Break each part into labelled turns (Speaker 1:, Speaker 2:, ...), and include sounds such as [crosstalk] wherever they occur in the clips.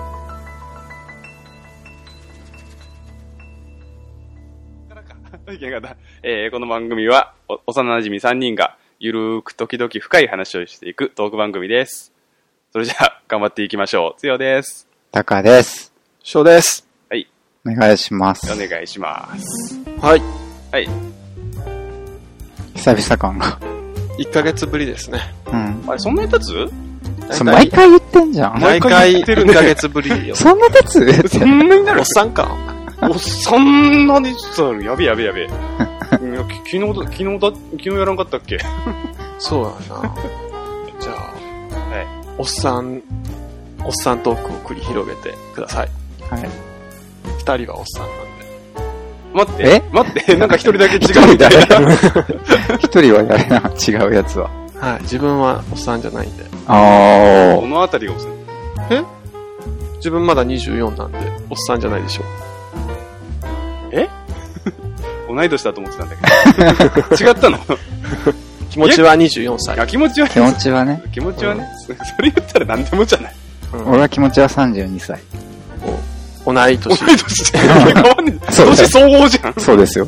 Speaker 1: [laughs] き方。えーこの番組は、お幼馴染3人が、ゆるーく時々深い話をしていくトーク番組です。それじゃあ、頑張っていきましょう。つよです。
Speaker 2: タカです。
Speaker 3: 翔です。
Speaker 1: はい、
Speaker 2: お願いします。
Speaker 1: お願いします。
Speaker 3: はい。
Speaker 1: はい、
Speaker 2: 久々感が。
Speaker 3: 1ヶ月ぶりですね。
Speaker 2: うん。
Speaker 1: あれ、そんなに経つ
Speaker 2: それ毎回言ってんじゃん。
Speaker 3: 毎
Speaker 1: 毎回
Speaker 3: 回
Speaker 1: 言ってる
Speaker 3: 1
Speaker 1: ね
Speaker 3: ヶ月ぶ [laughs] りよ。
Speaker 2: そんなやつって。
Speaker 1: んなにな
Speaker 3: おっさんか。
Speaker 1: お、そんなにつあるやべえやべえやべえ。いやき昨日だ、昨日だ、昨日やらんかったっけ
Speaker 3: そうだな。じゃあ、
Speaker 1: は
Speaker 3: おっさん、おっさんトークを繰り広げてください。
Speaker 2: はい。
Speaker 3: 二人はおっさんなん
Speaker 1: 待
Speaker 3: で。
Speaker 1: って
Speaker 2: え、
Speaker 1: 待
Speaker 2: [laughs]
Speaker 1: って、なんか一人だけ違
Speaker 2: 一
Speaker 1: う
Speaker 2: 人
Speaker 1: みた
Speaker 2: だ
Speaker 1: いな。
Speaker 2: [laughs] 一人はやれな、違うやつは。
Speaker 3: はい。自分はおっさんじゃないんで。
Speaker 2: あ
Speaker 1: [laughs] このあたりがおす
Speaker 3: 自分まだ24なんで、おっさんじゃないでしょ。
Speaker 1: 同い年だと思ってたんだけど。違ったの [laughs]
Speaker 3: 気持ちは24歳。
Speaker 1: あ気持ちは
Speaker 2: ー。気持ちはね。
Speaker 1: 気持ちはね、そそれ言ったら何でもじゃない。
Speaker 2: 俺は気持ちは32歳。
Speaker 3: 同い
Speaker 1: 同い
Speaker 3: 年。
Speaker 1: 年じゃん。変わんねえ。
Speaker 2: そうだよ
Speaker 1: 年総合じゃん。
Speaker 2: そうですよ。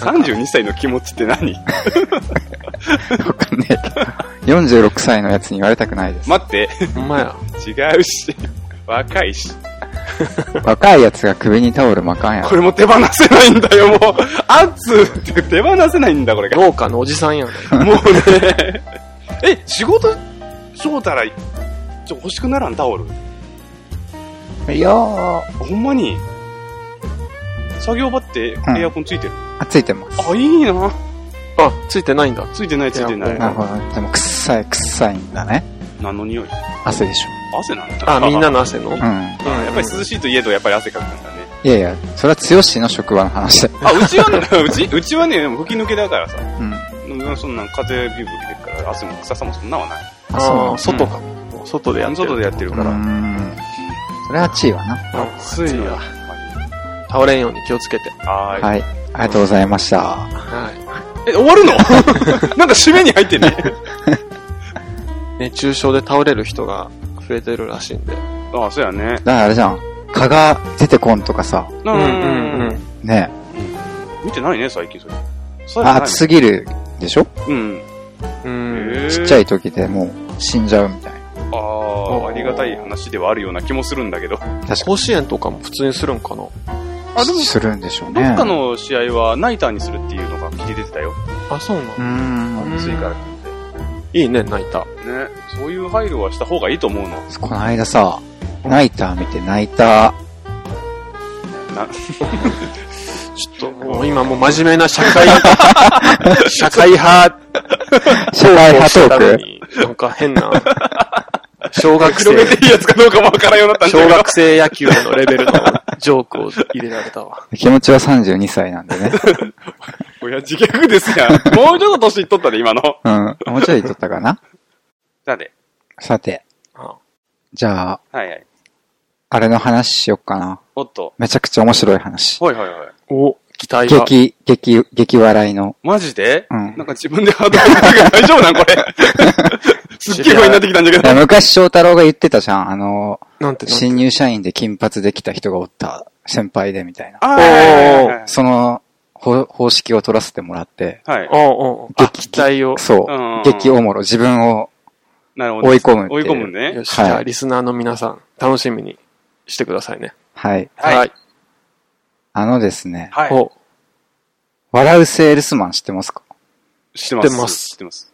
Speaker 1: 32歳の気持ちって何
Speaker 2: わかんないけど。46歳のやつに言われたくないです。
Speaker 1: 待って、
Speaker 3: ほんまや。
Speaker 1: 違うし、若いし。
Speaker 2: 若いやつが首にタオル巻かんやろ
Speaker 1: こ。れも手放せないんだよ、もう。熱って手放せないんだ、これが。
Speaker 3: 農家のおじさん [laughs] やね。
Speaker 1: もうね。え、仕事、そうたら、ちょ、欲しくならんタオル。
Speaker 2: いやー。
Speaker 1: ほんまに。作業場って
Speaker 2: うん
Speaker 1: エアコンついてる。
Speaker 2: あ、ついてます。
Speaker 1: あ、いいな。
Speaker 3: あ、ついてないんだ。
Speaker 1: ついてない、ついてな
Speaker 3: エア
Speaker 1: い
Speaker 3: コ
Speaker 2: なる
Speaker 3: ン。
Speaker 2: ほど。でも、くっさい、くっさいんだね。
Speaker 1: 何の匂い
Speaker 2: 汗でしょ。
Speaker 1: 汗なんだ。
Speaker 3: あ、みんなの汗の。うん
Speaker 2: う。ん。
Speaker 1: やっぱり涼しいといえど、やっぱり汗かくんだね。
Speaker 2: いやいや、それは強しの職場の話だよ。
Speaker 1: あ、うちはね、うち、うちはね、でも吹き抜けだからさ。
Speaker 2: うん。
Speaker 1: うんそんなん風ビュービュー来てるから、汗も臭さもそんなはない。
Speaker 2: あ、そうな
Speaker 3: あ
Speaker 2: の
Speaker 3: あ、外か。もう外でやってる。
Speaker 1: 外でやってる
Speaker 2: う
Speaker 1: から。
Speaker 2: ーん。それは地位はな。
Speaker 3: 暑いわ。倒れんように気をつけて。
Speaker 1: はーい。
Speaker 2: はい。ありがとうございました。
Speaker 3: は
Speaker 1: え、終 [laughs] わるのなんか締めに入ってね。
Speaker 3: い。熱中症で倒れる人が増えてるらしいんで。
Speaker 1: [laughs] あ、そうやね。
Speaker 2: だからあれじゃん。蚊が出てこんとかさ、
Speaker 1: う
Speaker 3: うんんうんうん。
Speaker 2: ね
Speaker 1: 見てないね、最近それ。そ
Speaker 2: あ、暑すぎるでしょ
Speaker 1: うん。
Speaker 3: うん。
Speaker 2: ちっちゃ
Speaker 1: い。
Speaker 2: い時でもう死んじゃうみたいな。
Speaker 1: ああ、ありがたい話ではあるような気もするんだけど。
Speaker 2: 確か
Speaker 3: 甲子園とかも普通にするんかな
Speaker 1: あ、でも
Speaker 2: に、するんでしょう
Speaker 1: ど
Speaker 2: ね。
Speaker 1: っかの試合はナイターにするっていうのが聞いて出てたよ。
Speaker 3: あ、そうなの
Speaker 2: うーん。
Speaker 1: 暑いから。
Speaker 3: いいね、泣いた。
Speaker 1: ね。そういう配慮はした方がいいと思うの。
Speaker 2: この間さ、ナイター見て泣いた。
Speaker 1: [laughs]
Speaker 3: ちょっともう今もう真面目な社会、
Speaker 1: [laughs]
Speaker 3: 社会派
Speaker 2: 社会
Speaker 3: を
Speaker 2: 派
Speaker 3: して
Speaker 2: ト
Speaker 3: た
Speaker 2: ーク。
Speaker 3: のに、なんか変な、小学
Speaker 1: 広げ
Speaker 3: 生、
Speaker 1: ていいやつかどうかもわからんようになったんだ
Speaker 3: 小
Speaker 1: けど。
Speaker 3: 学生野球のレベルのジョークを入れられたわ。
Speaker 2: 気持ちは32歳なんでね。
Speaker 1: 親父ギャグですやん。 [laughs] もうちょっと年いっとったで、今の。
Speaker 2: うん。もうちょい撮ったかな。
Speaker 1: なんで。
Speaker 2: さて、
Speaker 3: あ
Speaker 2: じゃあ、
Speaker 1: はいはい。
Speaker 2: あれの話しよっかな。
Speaker 1: おっと。
Speaker 2: めちゃくちゃ面白い話。
Speaker 1: はいはいはい。
Speaker 3: お、期待が。
Speaker 2: 激、激、激笑いの。
Speaker 1: マジで
Speaker 2: うん
Speaker 1: なんか自分でハードル上げたけ [laughs] ど大丈夫なんこれ。すっげえ不安になってきたんだけ
Speaker 2: いや
Speaker 1: ど。
Speaker 2: 昔翔太郎が言ってたじゃん。あの、
Speaker 3: なんてなんて
Speaker 2: 新入社員で金髪できた人がおった先輩でみたいな。
Speaker 1: あ
Speaker 3: おー
Speaker 1: ー
Speaker 2: その方方式を取らせてもらって、
Speaker 1: はい。
Speaker 3: おうおうあ、期待を。
Speaker 2: そ
Speaker 1: うん
Speaker 2: う、激おもろ、自分を
Speaker 1: なるほど。
Speaker 2: 追い込むって
Speaker 1: 追
Speaker 2: い。
Speaker 1: いう込むね。
Speaker 3: よし、じ
Speaker 2: はい
Speaker 3: ゃあ、リスナーの皆さん、楽しみにしてくださいね。
Speaker 2: はい。
Speaker 1: はい
Speaker 3: はい。
Speaker 2: あのですね、
Speaker 1: は
Speaker 3: お、
Speaker 2: 笑うセールスマン知ってますか
Speaker 1: い。知ってます。
Speaker 3: 知ってます
Speaker 1: 知ってます。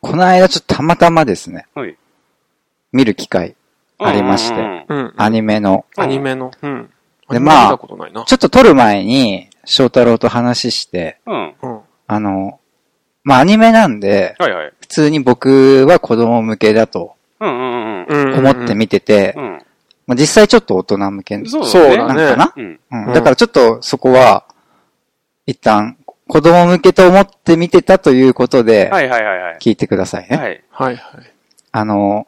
Speaker 2: この間ちょっとたまたまですね、
Speaker 1: はい。
Speaker 2: 見る機会、ありまして
Speaker 1: うんうんうん
Speaker 3: うんうん。
Speaker 2: アニメの。
Speaker 3: アニメの。うん。
Speaker 2: で
Speaker 3: アニメ
Speaker 2: まあ
Speaker 3: 見たことないな。
Speaker 2: ちょっと撮る前に、翔太郎と話して、
Speaker 1: うん。
Speaker 3: うん。
Speaker 2: あの、まあ、アニメなんで、
Speaker 1: はいはい。
Speaker 2: 普通に僕は子供向けだと
Speaker 1: うんうんうんうん。
Speaker 3: うん
Speaker 2: 思って見てて、
Speaker 1: うん。
Speaker 2: まあ、実際ちょっと大人向けな
Speaker 1: そう
Speaker 3: そう
Speaker 1: だ
Speaker 2: の
Speaker 1: ね。
Speaker 3: だ
Speaker 2: か
Speaker 3: ね
Speaker 1: う
Speaker 2: な、
Speaker 1: ん。
Speaker 2: うん
Speaker 3: うん
Speaker 2: だからちょっとそこは、一旦、子供向けと思って見てたということで、
Speaker 1: はいはいはいはい。
Speaker 2: 聞いてくださいね。
Speaker 1: はい。
Speaker 3: はいはい。
Speaker 2: あの、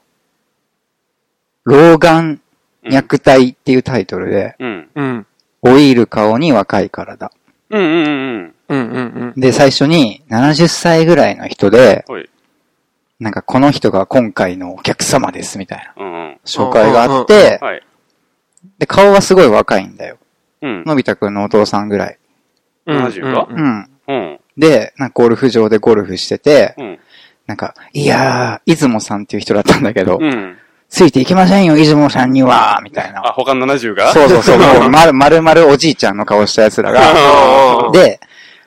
Speaker 2: 老眼虐待っていうタイトルで、
Speaker 1: うん。
Speaker 3: うん。
Speaker 2: 老いる顔に若い体。
Speaker 1: うんうんうんうん。
Speaker 3: うんうんうん。
Speaker 2: で、最初に70歳ぐらいの人で、
Speaker 1: はい。
Speaker 2: なんかこの人が今回のお客様ですみたいな
Speaker 1: うんうん。
Speaker 2: 紹介があって、
Speaker 1: はい。
Speaker 2: で、顔はすごい若いんだよ。
Speaker 1: うん。
Speaker 2: のび太くんのお父さんぐらい
Speaker 3: うん
Speaker 1: 70か
Speaker 3: うん
Speaker 2: うん。
Speaker 1: うん。
Speaker 2: で、なんかゴルフ場でゴルフしてて、
Speaker 1: うん。
Speaker 2: なんか、いやー、出雲さんっていう人だったんだけど、
Speaker 1: うん。
Speaker 2: ついていけませんよ、出雲さんには、みたい
Speaker 1: あ、
Speaker 2: な。
Speaker 1: 他の70が
Speaker 2: そうそうそう、もうまる、まるまるおじいちゃんの顔したやつらが、
Speaker 3: あー
Speaker 2: で、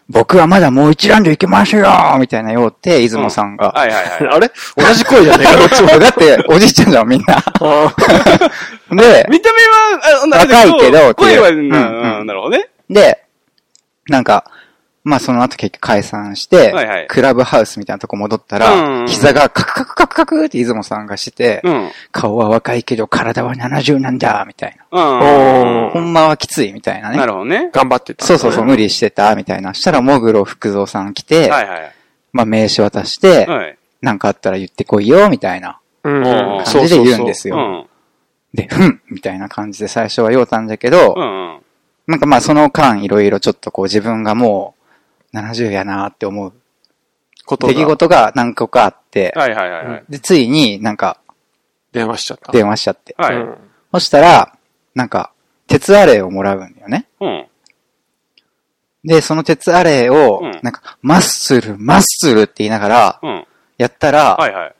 Speaker 2: 僕はまだもう一ラウンド行けますよみたいなようって、出雲さん [laughs] が。
Speaker 1: はいはいはい。
Speaker 3: あれ同じ声じゃねえか、ど
Speaker 2: [laughs]
Speaker 3: っちも。
Speaker 2: だって、おじいちゃんじゃん、みん
Speaker 1: [laughs]
Speaker 2: な。
Speaker 3: あ
Speaker 2: で、
Speaker 1: 見た目は、あ
Speaker 2: 若いけど
Speaker 1: 声は、
Speaker 2: っていう
Speaker 1: な
Speaker 2: うん
Speaker 1: なるほどね。
Speaker 2: で、なんか、まあその後結局解散して、
Speaker 1: はいはい
Speaker 2: クラブハウスみたいなとこ戻った
Speaker 1: うんうん
Speaker 2: ら、膝がカクカクカクカクって出雲さんがして、
Speaker 1: うん。
Speaker 2: 顔は若いけど体は70なんだ、みたいな。
Speaker 1: うん。
Speaker 2: ほんまはきついみたいなね。
Speaker 1: なるほどね。
Speaker 3: 頑張ってた。
Speaker 2: そうそうそう、無理してた、みたいな。したら、もぐろ福蔵さん来て、
Speaker 1: はいはい。
Speaker 2: まあ名刺渡して、
Speaker 1: はい。
Speaker 2: なんかあったら言ってこいよ、みたいな
Speaker 3: うん。
Speaker 1: うん
Speaker 2: 感じで言うんです
Speaker 1: う
Speaker 2: よ。
Speaker 1: ん。
Speaker 2: で、ふんみたいな感じで最初は言うたんだけど、
Speaker 1: うんうん。
Speaker 2: なんかまあその間いろいろちょっとこう自分がもう70やなって思う
Speaker 3: こと
Speaker 2: 出来
Speaker 3: が
Speaker 2: 事が何個かあって、
Speaker 1: はいはいはいはい。
Speaker 2: で、ついになんか
Speaker 3: 電話しちゃった。
Speaker 2: 電話しちゃって。
Speaker 1: は
Speaker 3: う
Speaker 1: い。
Speaker 3: ん
Speaker 2: そしたら、なんか、鉄アレイをもらうんだよね。
Speaker 1: うん。
Speaker 2: で、その鉄アレイを
Speaker 1: うん、
Speaker 2: なんか、マッスル、マッスルって言いながら、
Speaker 1: うん。
Speaker 2: やったら、
Speaker 1: はいはい。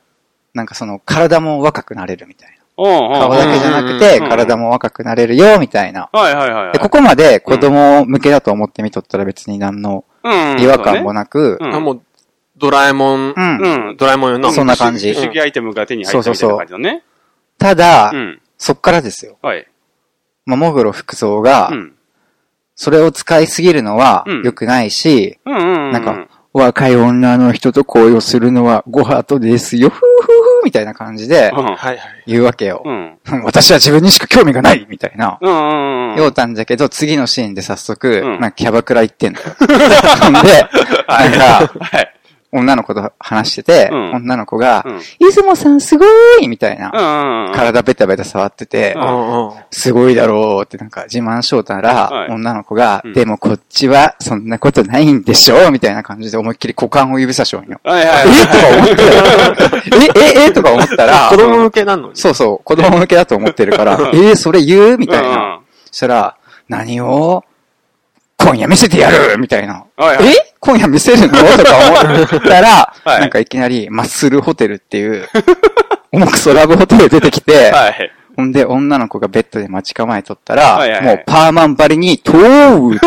Speaker 2: なんかその、体も若くなれるみたい
Speaker 1: うん。
Speaker 2: な。顔だけじゃなくて、体も若くなれるよ、みたいな。
Speaker 1: はいはいはいはい。
Speaker 2: で、ここまで子供向けだと思って見とったら別に何の
Speaker 1: うん
Speaker 2: 違和感もなく、
Speaker 1: うん
Speaker 3: あ、もう、ドラえもん
Speaker 2: う、ん。
Speaker 1: うん。
Speaker 3: ドラえもんよな。
Speaker 2: そんな感じ
Speaker 1: 不思議アイテムが手に入ったみたいな感じのね。
Speaker 2: ただ、
Speaker 1: うん。
Speaker 2: そっからですよ。
Speaker 1: はい。
Speaker 2: まあ、もぐろ服装が
Speaker 1: う、ん。
Speaker 2: それを使いすぎるのは
Speaker 1: うん
Speaker 2: 良くないし、
Speaker 1: うんうんうん。
Speaker 2: なんか、若い女の人と恋をするのはご法度ですよ、ふうふうふうみたいな感じで
Speaker 1: うん。
Speaker 3: はいはい。
Speaker 2: 言うわけよ
Speaker 1: う。ん。
Speaker 2: 私は自分にしか興味がないみたいな。
Speaker 1: うんうんうん。
Speaker 2: ようたんじゃけど、次のシーンで早速、
Speaker 1: うん
Speaker 2: なんかキャバクラ
Speaker 1: [laughs]
Speaker 2: 行ってんだよ。ほんで、なんか、
Speaker 1: はい。
Speaker 2: 女の子と話してて、
Speaker 1: うん
Speaker 2: 女の子が
Speaker 1: う、ん。
Speaker 2: 出雲さんすごいみたい
Speaker 1: う
Speaker 2: な。
Speaker 1: ん。
Speaker 2: 体ベタベタ触ってて、
Speaker 1: う
Speaker 3: うんんうん。
Speaker 2: すごいだろうってなんか自慢しようたら、
Speaker 1: はい
Speaker 2: 女の子が、
Speaker 1: うん
Speaker 2: でもこっちはそんなことないんでしょみたいな感じで思いっきり股間を指さしようよ。
Speaker 1: はいは
Speaker 2: え
Speaker 1: いはい。
Speaker 2: とか思ったよ。え、え、えとか思った
Speaker 1: [laughs]
Speaker 2: ら
Speaker 3: 子、供向けなのに。
Speaker 2: そうそう、子供向けだと思ってるから、えそれ言 [laughs] うみ
Speaker 1: み
Speaker 2: たいな。。そしたら、何を今夜見せてやるみたいな。
Speaker 1: はいはい
Speaker 2: え今夜見せるのとか思ったら、
Speaker 1: [laughs] はい
Speaker 2: なんかいきなりマッスルホテルっていう、 [laughs] 重くそラブホテル出てきて、
Speaker 1: はい。
Speaker 2: ほんで、女の子がベッドで待ち構えとったら、
Speaker 1: はいはいはい
Speaker 2: もうパーマンばりに、とー
Speaker 1: [laughs]
Speaker 2: って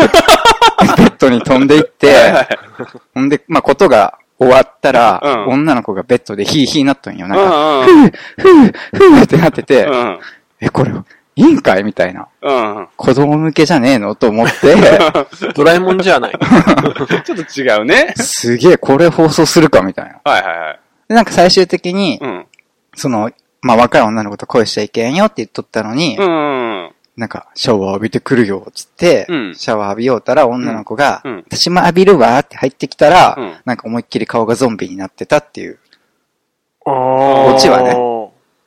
Speaker 2: ベッドに飛んでいって、ほんで、まあ、ことが終わったら、
Speaker 1: うん
Speaker 2: 女の子がベッドでヒーヒーなっとんよ。なんか、
Speaker 1: うんうん。
Speaker 2: ふー、ふーってなってて、
Speaker 1: うん。
Speaker 2: え、これ、いいんかいみたいな。
Speaker 1: うん。
Speaker 2: 子供向けじゃねえのと思って、
Speaker 3: ドラえもんじ
Speaker 2: [laughs]
Speaker 3: ゃない。
Speaker 1: ちょっと違うね。
Speaker 2: すげえ、これ放送するかみたいな。
Speaker 1: [laughs] はいはいはい。
Speaker 2: で、なんか最終的に、
Speaker 1: うん。
Speaker 2: その、まあ、若い女の子と恋しちゃいけんよって言っとったのに、
Speaker 1: うん。
Speaker 2: なんか、シャワー浴びてくるよ、つって、
Speaker 1: うん
Speaker 2: シャワー浴びようたら女の子が、
Speaker 1: うんうん
Speaker 2: 私も浴びるわって入ってきたら、
Speaker 1: うん
Speaker 2: なんか思いっきり顔がゾンビになってたっていう。
Speaker 3: こ
Speaker 2: っちはね
Speaker 3: ね。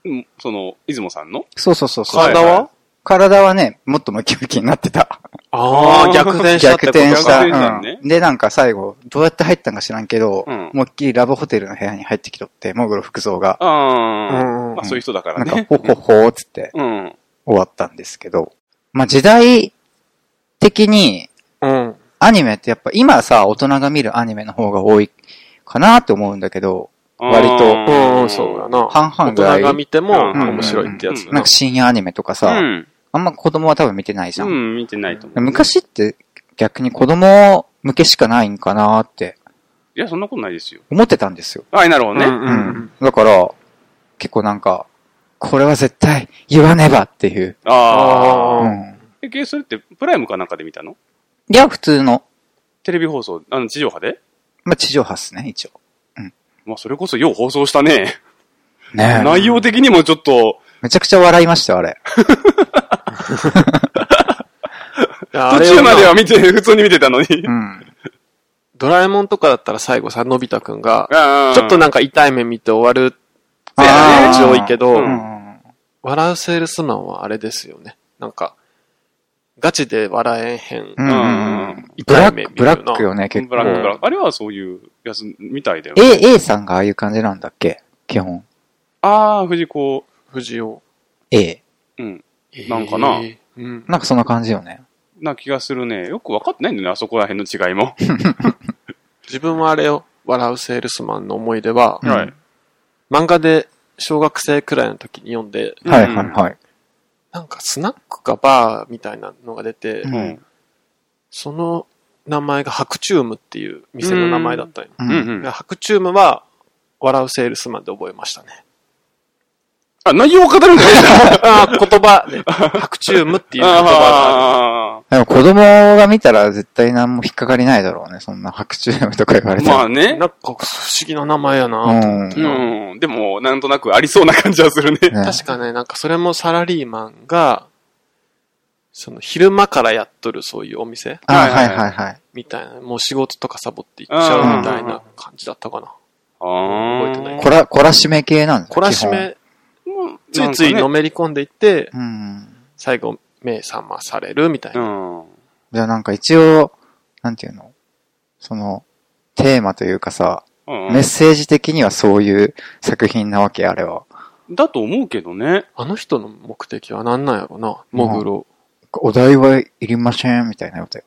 Speaker 1: うんその、出雲さんの
Speaker 2: そうそうそうそう、
Speaker 1: はい
Speaker 3: 体は
Speaker 2: 体はね、もっとムキムキになってた。
Speaker 1: あ
Speaker 3: あ
Speaker 1: ー
Speaker 3: あ、逆転したって
Speaker 2: 逆
Speaker 3: こと
Speaker 2: 転した。
Speaker 1: 逆転したのね
Speaker 2: うんで、なんか最後、どうやって入ったんか知らんけど、
Speaker 1: うん
Speaker 2: 思いっきりラブホテルの部屋に入ってきとって、モグロ服装が、
Speaker 1: うん。まあそういう人だか
Speaker 2: な
Speaker 1: ら
Speaker 2: んか、
Speaker 1: ね。
Speaker 2: ほほほーっつって
Speaker 1: うん。
Speaker 2: 終わったんですけど、まあ時代的に、
Speaker 3: うん。
Speaker 2: アニメってやっぱ今さ、大人が見るアニメの方が多いかなって思うんだけど、
Speaker 3: うんうん、そうだな。
Speaker 2: 半々ぐらい
Speaker 3: 大人が見ても
Speaker 1: うん
Speaker 3: 面白いってやつだ
Speaker 2: なんか深夜アニメとかさ、
Speaker 1: うん。
Speaker 2: あんま子供は多分見てないじゃん。
Speaker 1: うん、見てないと思う。
Speaker 2: 昔って逆に子供向けしかないんかなって
Speaker 1: いや、そんなことないですよ。
Speaker 2: 思ってたんですよ。
Speaker 1: はい、なるほどね。
Speaker 3: うんうん。
Speaker 2: だから、結構なんか、これは絶対言わねばっていう。
Speaker 1: ああ。
Speaker 3: あ
Speaker 2: う
Speaker 3: ー
Speaker 2: ん。
Speaker 1: え、けそれって、プライムかなんかで見たの
Speaker 2: いや、普通の、
Speaker 1: テレビ放送、あの、地上波で
Speaker 2: まあ、地上波っすね、一応。
Speaker 1: まあ、それこそよう放送したね。
Speaker 2: ねえ。
Speaker 1: 内容的にもちょっと、
Speaker 2: めちゃくちゃ笑いましたよ、あれ。
Speaker 1: 途
Speaker 3: 途
Speaker 1: 中までは
Speaker 3: は。
Speaker 1: 見て、普通に見てたのに。
Speaker 2: うん。
Speaker 3: ドラえもんとかだったら最後さ、のび太くんが、
Speaker 1: ち
Speaker 3: ちょっと、なんか痛い目見て終わるって
Speaker 1: そうやね
Speaker 2: あー
Speaker 3: 気持ち多いけど
Speaker 2: う、ん。
Speaker 3: 笑うセールスマンはあれですよね。なんか、ガチで笑えへん
Speaker 2: う。んうんうん。ブ
Speaker 3: 痛
Speaker 2: ラ
Speaker 3: い目
Speaker 2: ッ
Speaker 3: 見
Speaker 2: ク、ブ
Speaker 3: るな
Speaker 2: ラックよね、結
Speaker 1: ブラ
Speaker 2: 構。
Speaker 1: ックブラック。あれはそういうやつみたいだよ。
Speaker 2: A、A さんがああいう感じなんだっけ基本。
Speaker 1: ああ、藤子。
Speaker 3: 藤尾。
Speaker 2: A。
Speaker 1: うん。なんかな
Speaker 3: えーうん。
Speaker 2: なんかそんな感じよね。
Speaker 1: な気がするね。よく分かってないんだよね、あそこら辺の違いも。
Speaker 3: 自分はあれを、笑うセールスマンの思い出は、
Speaker 2: うん
Speaker 1: はい。
Speaker 3: 漫画で小学生くらいの時に読んで、
Speaker 1: うん
Speaker 2: はいはいはい。
Speaker 3: なんかスナックかバーみたいなのが出て、
Speaker 2: う
Speaker 1: うんん。
Speaker 3: その名前が白チュームっていう店の名前だったんよ。
Speaker 2: う
Speaker 1: うん
Speaker 2: ん。
Speaker 1: うん。
Speaker 3: 白チュームは、笑うセールスマンで覚えまし
Speaker 1: [laughs]
Speaker 3: たね。
Speaker 1: あ、内容を語るんじゃないんだ。
Speaker 3: ああ、言葉
Speaker 1: [laughs]
Speaker 3: で、白チュームっていう言
Speaker 1: あ
Speaker 3: 葉
Speaker 2: でも子供が見たら絶対何も引っかかりないだろうね。そんな白昼夢とか言われ
Speaker 1: ー
Speaker 2: ても。
Speaker 1: まあ
Speaker 3: がある。
Speaker 1: ね。
Speaker 3: なんか不思議な名前や
Speaker 2: う
Speaker 3: なと思
Speaker 2: ん
Speaker 3: って。
Speaker 1: うん。でも、なんとなくありそうな感じはするね。
Speaker 2: ね
Speaker 3: 確かね、なんかそれもサラリーマンが、その昼間からやっとるそういうお店
Speaker 2: あ
Speaker 1: はいは
Speaker 2: はいい
Speaker 1: はい
Speaker 2: はいはい。
Speaker 3: みたいな、もう仕事とかサボって行っちゃうみたいな感じだったかな。
Speaker 1: ああ。
Speaker 3: 覚えてない
Speaker 2: こら、こらしめ系なんです
Speaker 3: 懲らし。め、
Speaker 1: うん
Speaker 3: ついつ
Speaker 1: な
Speaker 3: い
Speaker 1: んか
Speaker 3: のめり込んでいって、
Speaker 2: 基本うん。
Speaker 3: 最後目覚まされるみたいな。
Speaker 1: ね
Speaker 2: じゃあなんか一応、なんていうのその、テーマというかさ、
Speaker 1: うん。う
Speaker 2: メッセージ的にはそういう作品なわけ、あれは。
Speaker 1: ん。だと思うけどね。
Speaker 3: あの人の目的は何なんやろな、モグロ。
Speaker 2: お題はいりません、みたいなことよ。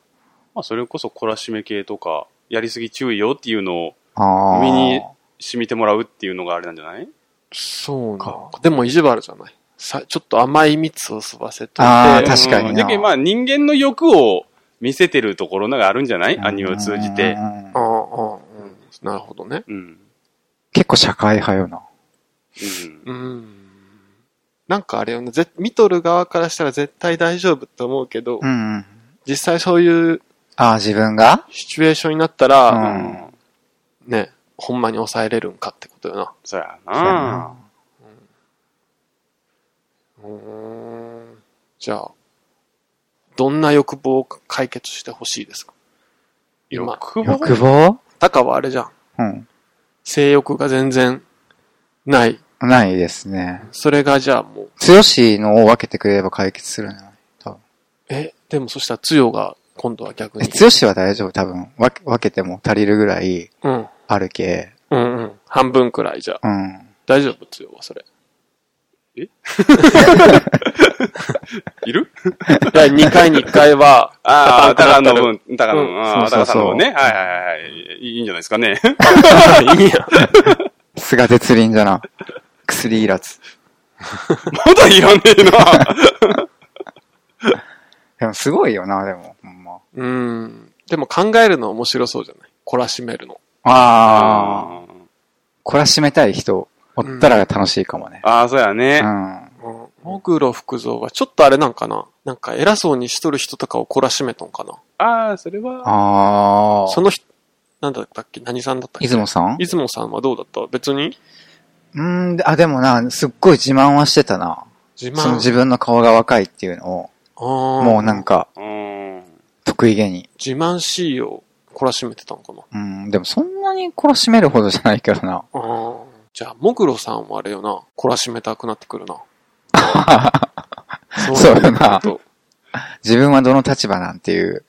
Speaker 1: まあ、それこそ懲らしめ系とか、やりすぎ注意よっていうのを
Speaker 2: ああ。
Speaker 1: 身に染みてもらうっていうのがあれなんじゃない
Speaker 3: そうなん
Speaker 2: か
Speaker 3: でも意地悪じゃない。さ、ちょっと甘い蜜を吸わせといて、
Speaker 2: あー確かにな
Speaker 1: うんだけど、まあ、人間の欲を見せてるところなんかあるんじゃないアニメを通じて
Speaker 2: う。ん
Speaker 3: あーあー、うん、なるほどね。
Speaker 1: うん。
Speaker 2: 結構社会派よな。
Speaker 1: うん。
Speaker 3: うん。なんかあれよね、ぜ見とる側からしたら絶対大丈夫って思うけど、
Speaker 2: うんうん。
Speaker 3: 実際そういう
Speaker 2: ああ、自分が
Speaker 3: シチュエーションになったら、
Speaker 2: ん
Speaker 1: うん
Speaker 3: ね、ほんまに抑えれるんかってことよな。
Speaker 1: そや
Speaker 2: そうや
Speaker 1: な
Speaker 2: な。
Speaker 3: うーん。じゃあ、どんな欲望を解決してほしいですか今、
Speaker 1: 欲望
Speaker 2: 欲望
Speaker 3: タカはあれじゃん。
Speaker 2: うん。
Speaker 3: 性欲が全然ない。
Speaker 2: ないですね。
Speaker 3: それがじゃあもう、
Speaker 2: つよしのを分けてくれれば解決するのよ。多分。
Speaker 3: え、でもそしたらつよが今度は逆
Speaker 2: え、
Speaker 3: に。
Speaker 2: つよしは大丈夫、多分。分け分けても足りるぐらい
Speaker 3: うん。
Speaker 2: あるけ。
Speaker 3: うんうん。半分くらいじゃあ。
Speaker 2: うん。
Speaker 3: 大丈夫つよはそれ。
Speaker 1: いる、
Speaker 3: 第2回に1
Speaker 2: [laughs]
Speaker 3: 回は
Speaker 1: ああ、
Speaker 3: 高
Speaker 1: 高
Speaker 3: く
Speaker 1: 野
Speaker 3: な
Speaker 1: の
Speaker 3: った
Speaker 1: 分、高
Speaker 3: ら
Speaker 1: 野の分、
Speaker 2: うん
Speaker 1: ああ、
Speaker 2: そうそ
Speaker 1: 高
Speaker 2: うそう
Speaker 1: さんの分ね。はいはいはいはい。いいんじゃないですかね。
Speaker 3: [laughs] いいや。
Speaker 2: すが絶倫じゃな。薬いらず。
Speaker 1: [laughs] まだいらねえな。
Speaker 2: でもすごいよな、でも。ほんま。
Speaker 3: うん。でも考えるの面白そうじゃない懲らしめるの。
Speaker 2: [laughs] ああ。懲らしめたい人、おったら楽しいかもね。
Speaker 1: ああ、そうやね
Speaker 2: う。ん。
Speaker 3: うん。モグロ福蔵はちょっとあれなんかななんか偉そうにしとる人とかを懲らしめとんかな
Speaker 1: ああ、それは。
Speaker 2: あ
Speaker 3: そ
Speaker 2: あ。
Speaker 3: の人、なんだったっけ何さんだったっけ
Speaker 2: 出雲さん
Speaker 3: 出雲さんはどうだった別に
Speaker 2: うん、あ、でもな、すっごい自慢はしてたな。
Speaker 3: 自慢。
Speaker 2: その自分の顔が若いっていうのを、も
Speaker 3: も
Speaker 2: うなんか、
Speaker 1: うん。
Speaker 2: 得意げに。
Speaker 3: 自慢しいよ。懲らしめてたんかな。
Speaker 2: うん、でもそんなに懲らしめるほどじゃないけどな。
Speaker 3: ああ。じゃあ、もぐろさんはあれよな。懲らしめたくなってくるな。
Speaker 2: そう
Speaker 3: だ
Speaker 2: やな。自分はどの立場なんていう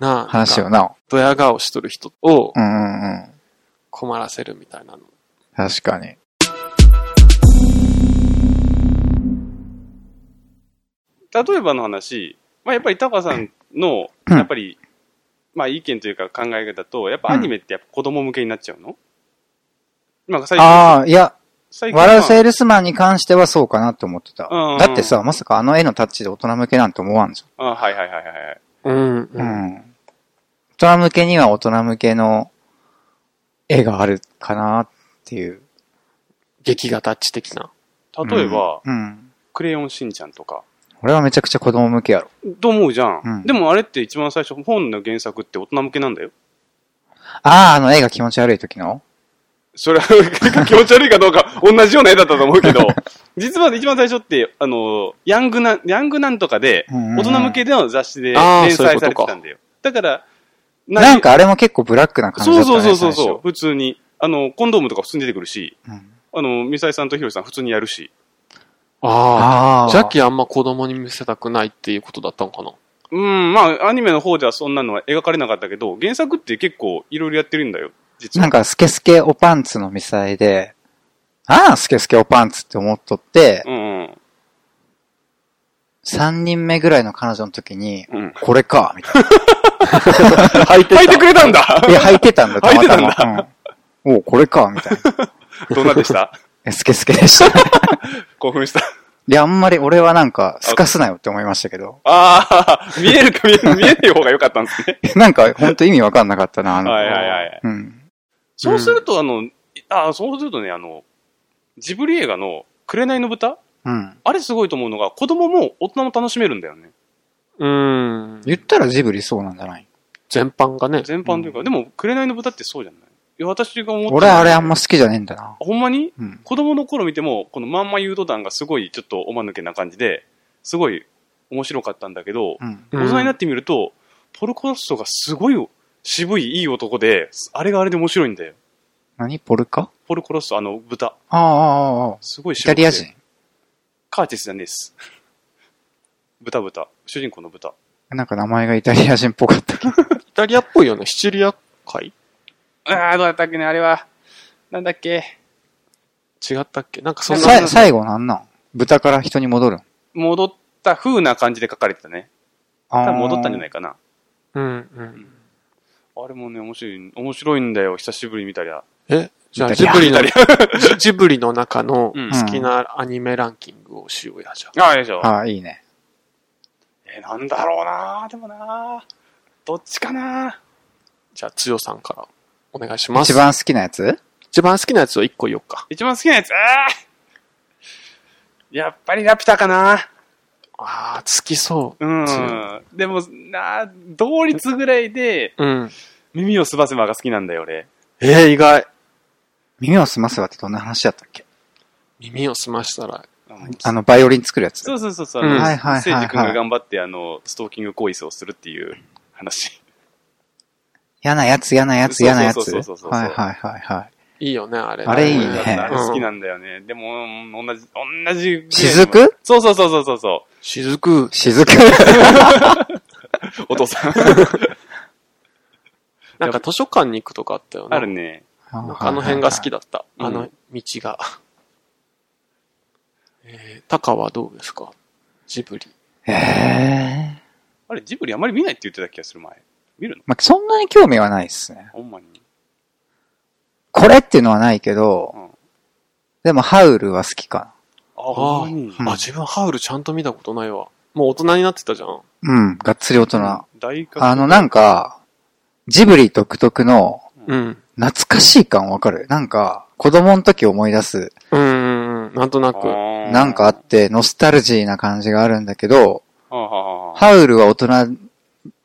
Speaker 3: なあ。
Speaker 2: 話
Speaker 3: な
Speaker 2: を
Speaker 3: んか
Speaker 2: な。
Speaker 3: ドヤ顔しとる人を
Speaker 2: うんうんうん。
Speaker 3: 困らせるみたいなの。
Speaker 2: 確かに。
Speaker 1: 例えばの話、まあやっぱり高さんの、
Speaker 2: うん
Speaker 1: やっぱり、まあ意見というか考え方と、やっぱアニメってやっぱ子供向けになっちゃうの今、最近、
Speaker 2: ああ、いや、
Speaker 1: 最近は。
Speaker 2: 笑うセールスマンに関してはそうかなって思ってた
Speaker 1: うんうん。
Speaker 2: だってさ、まさかあの絵のタッチで大人向けなんて思わんじ
Speaker 1: ああはいはいはいはいはい。
Speaker 3: うん。
Speaker 2: ゃん。うん。大人向けには大人向けの絵があるかなっていう。
Speaker 3: 劇がタッチ的な。
Speaker 1: 例えば、
Speaker 2: うんうん。
Speaker 1: クレヨンしんちゃんとか。
Speaker 2: 俺はめちゃくちゃ子供向けやろ。
Speaker 1: と思うじゃん,、
Speaker 2: うん
Speaker 1: でもあれって一番最初、本の原作って大人向けなんだよ。
Speaker 2: ああ、あの絵が気持ち悪い時の
Speaker 1: それは気持ち悪いかどう
Speaker 2: [laughs]
Speaker 1: か同じような絵だったと思うけど、実は一番最初って、あの、ヤングなん、ヤングなんとかで、
Speaker 2: うん
Speaker 1: 大人向けの雑誌で
Speaker 3: あー
Speaker 1: 連載され
Speaker 3: そういうこ
Speaker 1: て
Speaker 3: とか
Speaker 1: たんだよ。だから、
Speaker 2: なんかあれも結構ブラックな感じだ
Speaker 1: そう
Speaker 2: った
Speaker 1: そ
Speaker 2: ね。
Speaker 1: うそうそう
Speaker 2: 最
Speaker 1: そう、
Speaker 2: 初
Speaker 1: 普通に。あの、コンドームとか普通に出てくるし、
Speaker 2: うん
Speaker 1: あの、ミサイさんとヒロシさん普通にやるし。
Speaker 3: あ
Speaker 2: あ
Speaker 3: あ。
Speaker 2: あ。
Speaker 3: ジャッキーあんま子供に見せたくないっていうことだったのかな。
Speaker 1: うん、まあ、アニメの方ではそんなのは描かれなかったけど、原作って結構いろいろやってるんだよ、実は。
Speaker 2: なんかスケスケおパンツのミサイで、ああ、スケスケおパンツって思っとって、
Speaker 1: うんうん。
Speaker 2: 3人目ぐらいの彼女の時に、
Speaker 1: うん
Speaker 2: これか、みたい
Speaker 3: 履い
Speaker 1: [laughs]
Speaker 3: て
Speaker 1: 履い
Speaker 3: た
Speaker 1: てくれたんだ [laughs]
Speaker 2: な。いや、履いてたんだ、た
Speaker 1: 履い
Speaker 2: ま
Speaker 1: てた
Speaker 2: た
Speaker 1: んだ
Speaker 2: ま。うん、おうこれか、みたいな
Speaker 1: [laughs] どんなでした
Speaker 2: え。スケスケでした。
Speaker 1: 興奮した。
Speaker 2: いや、あんまり俺はなんか、すかすなよって思いましたけど。
Speaker 1: ああ、見えるか見える見えない方が良かったんですね。
Speaker 2: なんか、ほんと意味わかんなかったな、あの。
Speaker 1: はいはいはい。
Speaker 2: うん。
Speaker 1: そうすると、あの、ああ、そうするとね、あの、ジブリ映画の、紅の豚
Speaker 2: うん。
Speaker 1: あれすごいと思うのが、子供も大人も楽しめるんだよね。
Speaker 3: うん。
Speaker 2: 言ったらジブリそうなんじゃない
Speaker 3: 全般がね。
Speaker 1: 全般というか、でも、紅の豚ってそうじゃないいや、私が思って
Speaker 2: 俺あれあんま好きじゃねえんだな。
Speaker 1: ほんまに
Speaker 2: うん。
Speaker 1: 子供の頃見ても、このまんま誘導弾がすごいちょっとおまぬけな感じで、すごい面白かったんだけど、
Speaker 2: うん。
Speaker 3: う
Speaker 1: 大
Speaker 3: ん
Speaker 1: 人になってみると、ポルコロッソがすごい渋いいい男で、あれがあれで面白いんだよ。
Speaker 2: 何ポルカ
Speaker 1: ポルコロッソ、あの豚。
Speaker 2: ああ、ああ、ああ。
Speaker 1: すごい
Speaker 2: イ
Speaker 1: 渋
Speaker 2: タ
Speaker 1: くて
Speaker 2: リア人
Speaker 1: カーティスじゃねえっす。 [laughs] 豚豚。主人公の豚。
Speaker 2: なんか名前がイタリア人っぽかった。
Speaker 3: イタリアっぽいよね。シチリア海
Speaker 1: ああ、どうだったっけね、あれは。なんだっけ。
Speaker 3: 違ったっけなんかそんな。
Speaker 2: さい最後なんなん豚から人に戻るん
Speaker 1: 戻った風な感じで書かれてたね。多分戻ったんじゃないいかな。
Speaker 3: うんうん。
Speaker 1: あれもね、面白い、面白いんだよ。久しぶりに見たりゃ。
Speaker 3: えじゃあ
Speaker 2: イタ
Speaker 3: ジ
Speaker 2: リア
Speaker 3: ブリの
Speaker 1: イ、
Speaker 3: [laughs] ジブリの中の
Speaker 1: うん
Speaker 3: 好きなアニメランキングをしようや、じゃあ。
Speaker 1: ああ、よいしょ。
Speaker 2: ああ、いいね。
Speaker 1: えー、なんだろうなでもなどっちかな
Speaker 3: じゃあ、つよさんからお願いします。
Speaker 2: 一番好きなやつ
Speaker 3: 一番好きなやつを一個言おうか。
Speaker 1: 一番好きなやつあーやっぱりラピュタかな
Speaker 3: ああ、好きそう強
Speaker 2: [laughs]
Speaker 1: ん。でも、な同率ぐらいで、
Speaker 3: う。うん。
Speaker 1: 耳をすばせばが好きなんだよ、俺。
Speaker 3: えー、意外。
Speaker 2: 耳をすませばってどんな話だったっけ
Speaker 3: 耳を澄ましたら、
Speaker 2: あの、バイオリン作るやつ。
Speaker 1: そうそうそうそう。
Speaker 3: うん
Speaker 1: あ
Speaker 2: はいは
Speaker 1: の
Speaker 2: いはいはい
Speaker 1: 聖司君が頑張って、あの、ストーキング行為をするっていう話。
Speaker 2: 嫌なやつ、嫌なや
Speaker 1: そう
Speaker 2: つ、
Speaker 1: そう
Speaker 2: 嫌なやつ。
Speaker 1: そう
Speaker 2: は
Speaker 1: そう
Speaker 2: い
Speaker 1: そうそう
Speaker 2: はいはいはい。
Speaker 3: いいよね、あれ。
Speaker 2: あれいいね
Speaker 1: あれ好き
Speaker 3: な。
Speaker 1: なんだよね。でも、うん同じ、同じぐらい。
Speaker 2: 雫
Speaker 1: そうそうそうそうそうそ
Speaker 3: 雫、
Speaker 2: 雫。
Speaker 1: う。お父さ
Speaker 2: [laughs]
Speaker 1: ん。
Speaker 3: なんか図書館に行くとかあったよね。
Speaker 1: あるね。
Speaker 3: なんかあの辺が好き
Speaker 2: だ。
Speaker 3: だった。
Speaker 1: うん
Speaker 3: あの道が。えー、タカはどうですかジブリ。
Speaker 2: へえ。
Speaker 1: あれ、ジブリあまり見ないって言ってた気がする前。見るの
Speaker 2: まあ、そんなに興味はないっすね。
Speaker 1: ほんまに。
Speaker 2: これっていうのはないけど、
Speaker 1: うん
Speaker 2: でもハウルは好きか
Speaker 1: あ、ほんまに。
Speaker 2: うん
Speaker 3: あ、自分ハウルちゃんと見たことないわ。もう大人になってたじゃん。
Speaker 2: な。うん、がっつり大人。
Speaker 1: 大活躍
Speaker 2: あの、なんか、ジブリ独特の
Speaker 3: うん。
Speaker 2: 懐かしい感わかるなんか、子供の時思い出す、
Speaker 3: うんうんうん。なんとなく。
Speaker 1: あー
Speaker 2: なんかあって、ノスタルジーな感じがあるんだけど、
Speaker 1: はあはあはあ
Speaker 2: ハウルは大人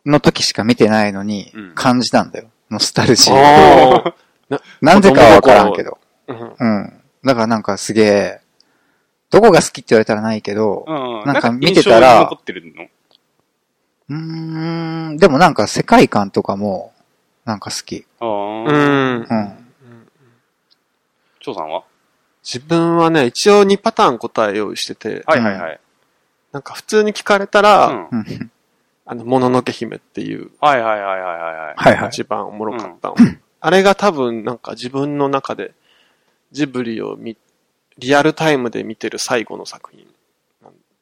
Speaker 2: の時しか見てないのに
Speaker 1: うん、
Speaker 2: 感じたんだよ。ノスタルジーを。
Speaker 3: ああ。
Speaker 2: なんでかはわからんけど。
Speaker 3: うん。
Speaker 2: うん。だからなんかすげえ、どこが好きって言われたらないけど、
Speaker 1: うん
Speaker 2: なんか見てたら
Speaker 1: 印象に残ってるの
Speaker 2: うーん、でもなんか世界観とかも、なんか好き。
Speaker 1: あ
Speaker 3: う
Speaker 1: あ。
Speaker 3: ん。
Speaker 2: う。
Speaker 3: うんん
Speaker 1: 蝶さんは
Speaker 3: 自分はね、一応2パターン答え用意してて、
Speaker 1: はいはいはい。
Speaker 3: なんか普通に聞かれた
Speaker 1: う
Speaker 3: ら、
Speaker 1: ん。
Speaker 2: うん [laughs]
Speaker 3: あの、もののけ姫っていう、
Speaker 1: はいはいはいはいはいはい。
Speaker 2: はいはい。
Speaker 3: 一番おもろかったの、 [laughs] あれが多分なんか自分の中でジブリを見、リアルタイムで見てる最後の作品。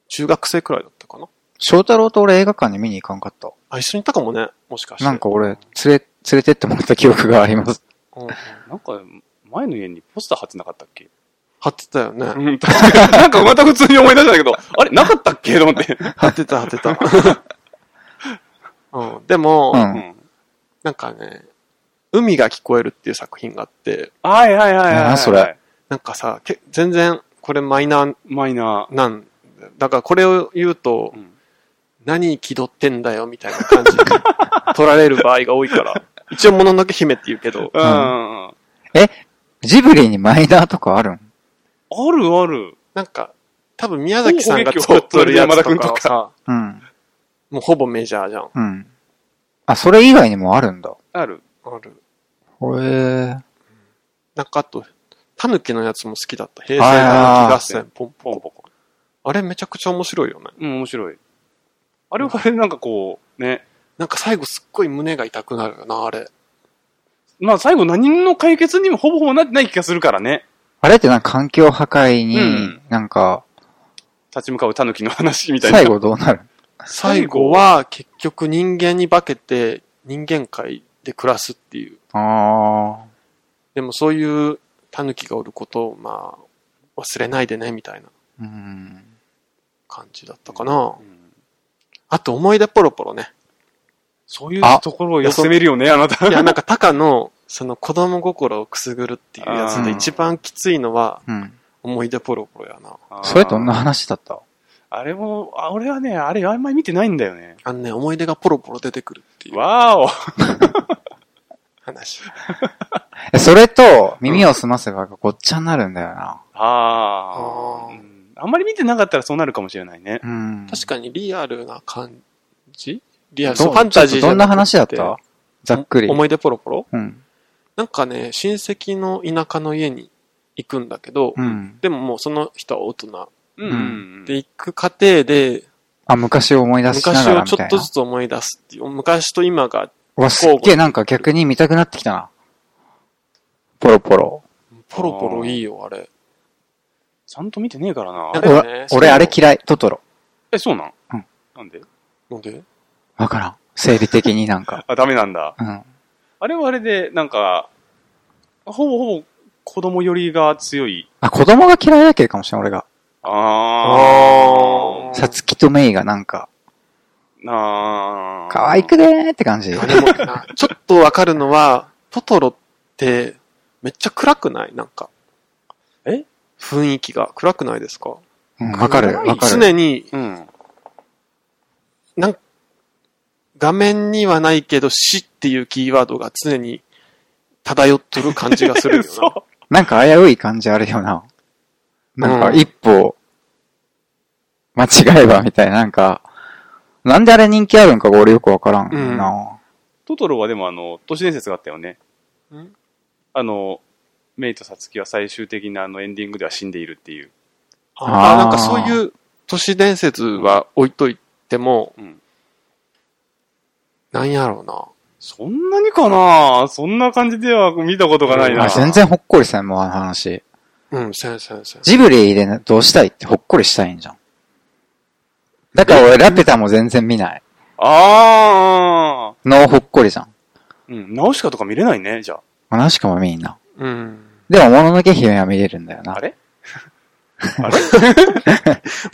Speaker 3: 中学生くらいだったかな
Speaker 2: 翔太郎と俺映画館に見に行かんかった。
Speaker 3: あ、一緒にいたかもね、もしかして。
Speaker 2: なんか俺、連れ、連れてってもらった記憶があります。
Speaker 3: うんうん、
Speaker 1: なんか、前の家にポスター貼ってなかったっけ
Speaker 3: 貼ってたよね。
Speaker 1: うん、 [laughs] 確かになんかまた普通に思い出したんだけど、あれ、なかったっけと思って。
Speaker 3: 貼ってた、貼っ
Speaker 2: [laughs]
Speaker 3: てた。うん、でも、
Speaker 1: う
Speaker 2: う。
Speaker 1: んん。
Speaker 3: なんかね、海が聞こえるっていう作品があって、
Speaker 1: はいはいはいはいはい。
Speaker 2: 何それ。
Speaker 3: なんかさ、け全然これマイナー
Speaker 1: マイナ
Speaker 3: なんだよだからこれを言うと
Speaker 1: ー。う、ん。
Speaker 3: 何気取ってんだよみたいな感じで取られる場合が多いから。一応、もののけ姫って言うけど、
Speaker 1: うんうんうん。あ
Speaker 2: ジブリにマイナーとかあるん
Speaker 1: るある。
Speaker 3: なんか、多分宮崎さんが作ってるやつとかはさ、
Speaker 2: うん。
Speaker 3: もうほぼメジャーじゃん。
Speaker 2: うん。あ、それ以外にもあるんだ。
Speaker 1: ある。
Speaker 3: ある。
Speaker 2: へ
Speaker 3: なんかあと、タヌキのやつも好きだった。平成タヌキ合
Speaker 1: あ
Speaker 3: 戦、ポンポ
Speaker 1: ポン
Speaker 3: ン。
Speaker 1: ポコ。
Speaker 3: あれめちゃくちゃ面白いよね。
Speaker 1: うん、面白い。あれはあれなんかこう、ね。
Speaker 3: なんか最後すっごい胸が痛くなるよな、あれ。
Speaker 1: まあ最後何の解決にもほぼほぼなってない気がするからね。
Speaker 2: あれってなんか環境破壊
Speaker 1: う
Speaker 2: に
Speaker 1: ん、
Speaker 2: なんか、
Speaker 1: 立ち向かう狸の話みたいな。
Speaker 2: 最後どうなる
Speaker 3: 最後は結局人間に化けて人間界で暮らすっていう。
Speaker 2: あ
Speaker 3: でもそういう狸がおることを、まあ、忘れないでね、みたいな
Speaker 2: あ。うん。
Speaker 3: 感じだったかな
Speaker 1: う。ん
Speaker 3: あと思い出ポロポロ
Speaker 2: [laughs]
Speaker 3: ね。
Speaker 1: そういう
Speaker 2: あ
Speaker 1: ところを休めるよね、あなた。
Speaker 3: いや、なんかタカの、その子供心をくすぐるっていうやつで一番きついのは
Speaker 2: うん。
Speaker 3: 思い出ポロポロやな。
Speaker 2: それどんな話だった
Speaker 1: あれも、あ俺はね、あれあんまり見てないんだよね。
Speaker 3: あのね、思い出がポロポロ出てくるっていう
Speaker 1: わーお
Speaker 3: 話。
Speaker 2: えそれと、耳を澄ませばがごっちゃになるんだよな。
Speaker 1: あ
Speaker 3: あ
Speaker 1: ー
Speaker 3: ー
Speaker 1: うんあんまり見てなかったらそうなるかもしれないね。
Speaker 2: うん。
Speaker 3: 確かにリアルな感じリアル、
Speaker 2: ど
Speaker 3: そうファンタジー
Speaker 2: ちょっとどんな話
Speaker 3: じゃ
Speaker 2: だ
Speaker 3: な
Speaker 2: っ
Speaker 3: くて
Speaker 2: たざっくり。
Speaker 3: 思い出ポロポロ
Speaker 2: うん。
Speaker 3: なんかね、親戚の田舎の家に行くんだけど、
Speaker 2: うん。
Speaker 3: でももうその人は大人。
Speaker 1: うんん。
Speaker 3: で、行く過程で、
Speaker 2: あ、昔を思い出しな
Speaker 3: 昔
Speaker 2: が
Speaker 3: を
Speaker 2: らみ
Speaker 3: ち
Speaker 2: た
Speaker 3: ょ
Speaker 2: い
Speaker 3: っと
Speaker 2: な
Speaker 3: ず。つ思い出すっていう、昔と今が、
Speaker 2: うわ、すっげえなんか逆に見たくなってきたな。ポロポロ。
Speaker 3: ポロポロいいよ、あれ。
Speaker 1: ちゃんと見てねえからな
Speaker 3: あ。れ
Speaker 2: お
Speaker 3: だよね
Speaker 2: 俺あれ嫌い、トトロ。
Speaker 1: え、そうなん
Speaker 2: うん
Speaker 1: なんで
Speaker 3: なんで
Speaker 2: わからん。生理的になん
Speaker 3: [laughs]
Speaker 2: か。
Speaker 1: あ、ダメなんだ。
Speaker 2: うん。
Speaker 1: あれはあれで、なんか、ほぼほぼ子供寄りが強い。
Speaker 2: あ、子供が嫌いだけかもしれん、俺が。
Speaker 1: あ
Speaker 3: あー
Speaker 2: さつきとメイがなんか、
Speaker 1: ー。なあ。
Speaker 2: 可愛くねーって感じ。
Speaker 3: あれもな、 [laughs] ちょっとわかるのは、トトロって、めっちゃ暗くないなんか。
Speaker 1: え
Speaker 3: 雰囲気が暗くないですか
Speaker 2: うんわかる、
Speaker 1: 可愛い
Speaker 2: わかる。
Speaker 3: 常に、
Speaker 1: うん。
Speaker 3: なん画面にはないけど、死っていうキーワードが常に漂っとる感じがする
Speaker 1: [laughs]
Speaker 3: よ
Speaker 1: そう。
Speaker 2: なんか危うい感じあるよな。なんか
Speaker 3: うん
Speaker 2: 一歩、間違えばみたいな、なんか、なんであれ人気あるんかが俺よくわからんな。
Speaker 1: トトロはでもあの、都市伝説があったよね。
Speaker 3: な。ん
Speaker 1: あの、メイとサツキは最終的なあのエンディングでは死んでいるっていう。
Speaker 3: あ
Speaker 2: あー
Speaker 3: あ、なんかそういう都市伝説は置いといても、
Speaker 1: うん
Speaker 3: なんやろうな。
Speaker 1: そんなにかなそんな感じでは見たことがないな。
Speaker 2: あ全然ほっこりせんもん、あの話。
Speaker 3: うん、せんせんせん。
Speaker 2: ジブリでねどうしたいってほっこりしたいんじゃん。だから俺ラピュタも全然見ない。
Speaker 1: ああ。
Speaker 2: ノーほっこりじゃん。
Speaker 1: うん。ナウシカとか見れないね、じゃ
Speaker 2: まあナウシカも見んな。
Speaker 3: うん。
Speaker 2: でも、もののけ姫は見れるんだよ
Speaker 1: あ。
Speaker 2: な
Speaker 1: あ。 [laughs] れ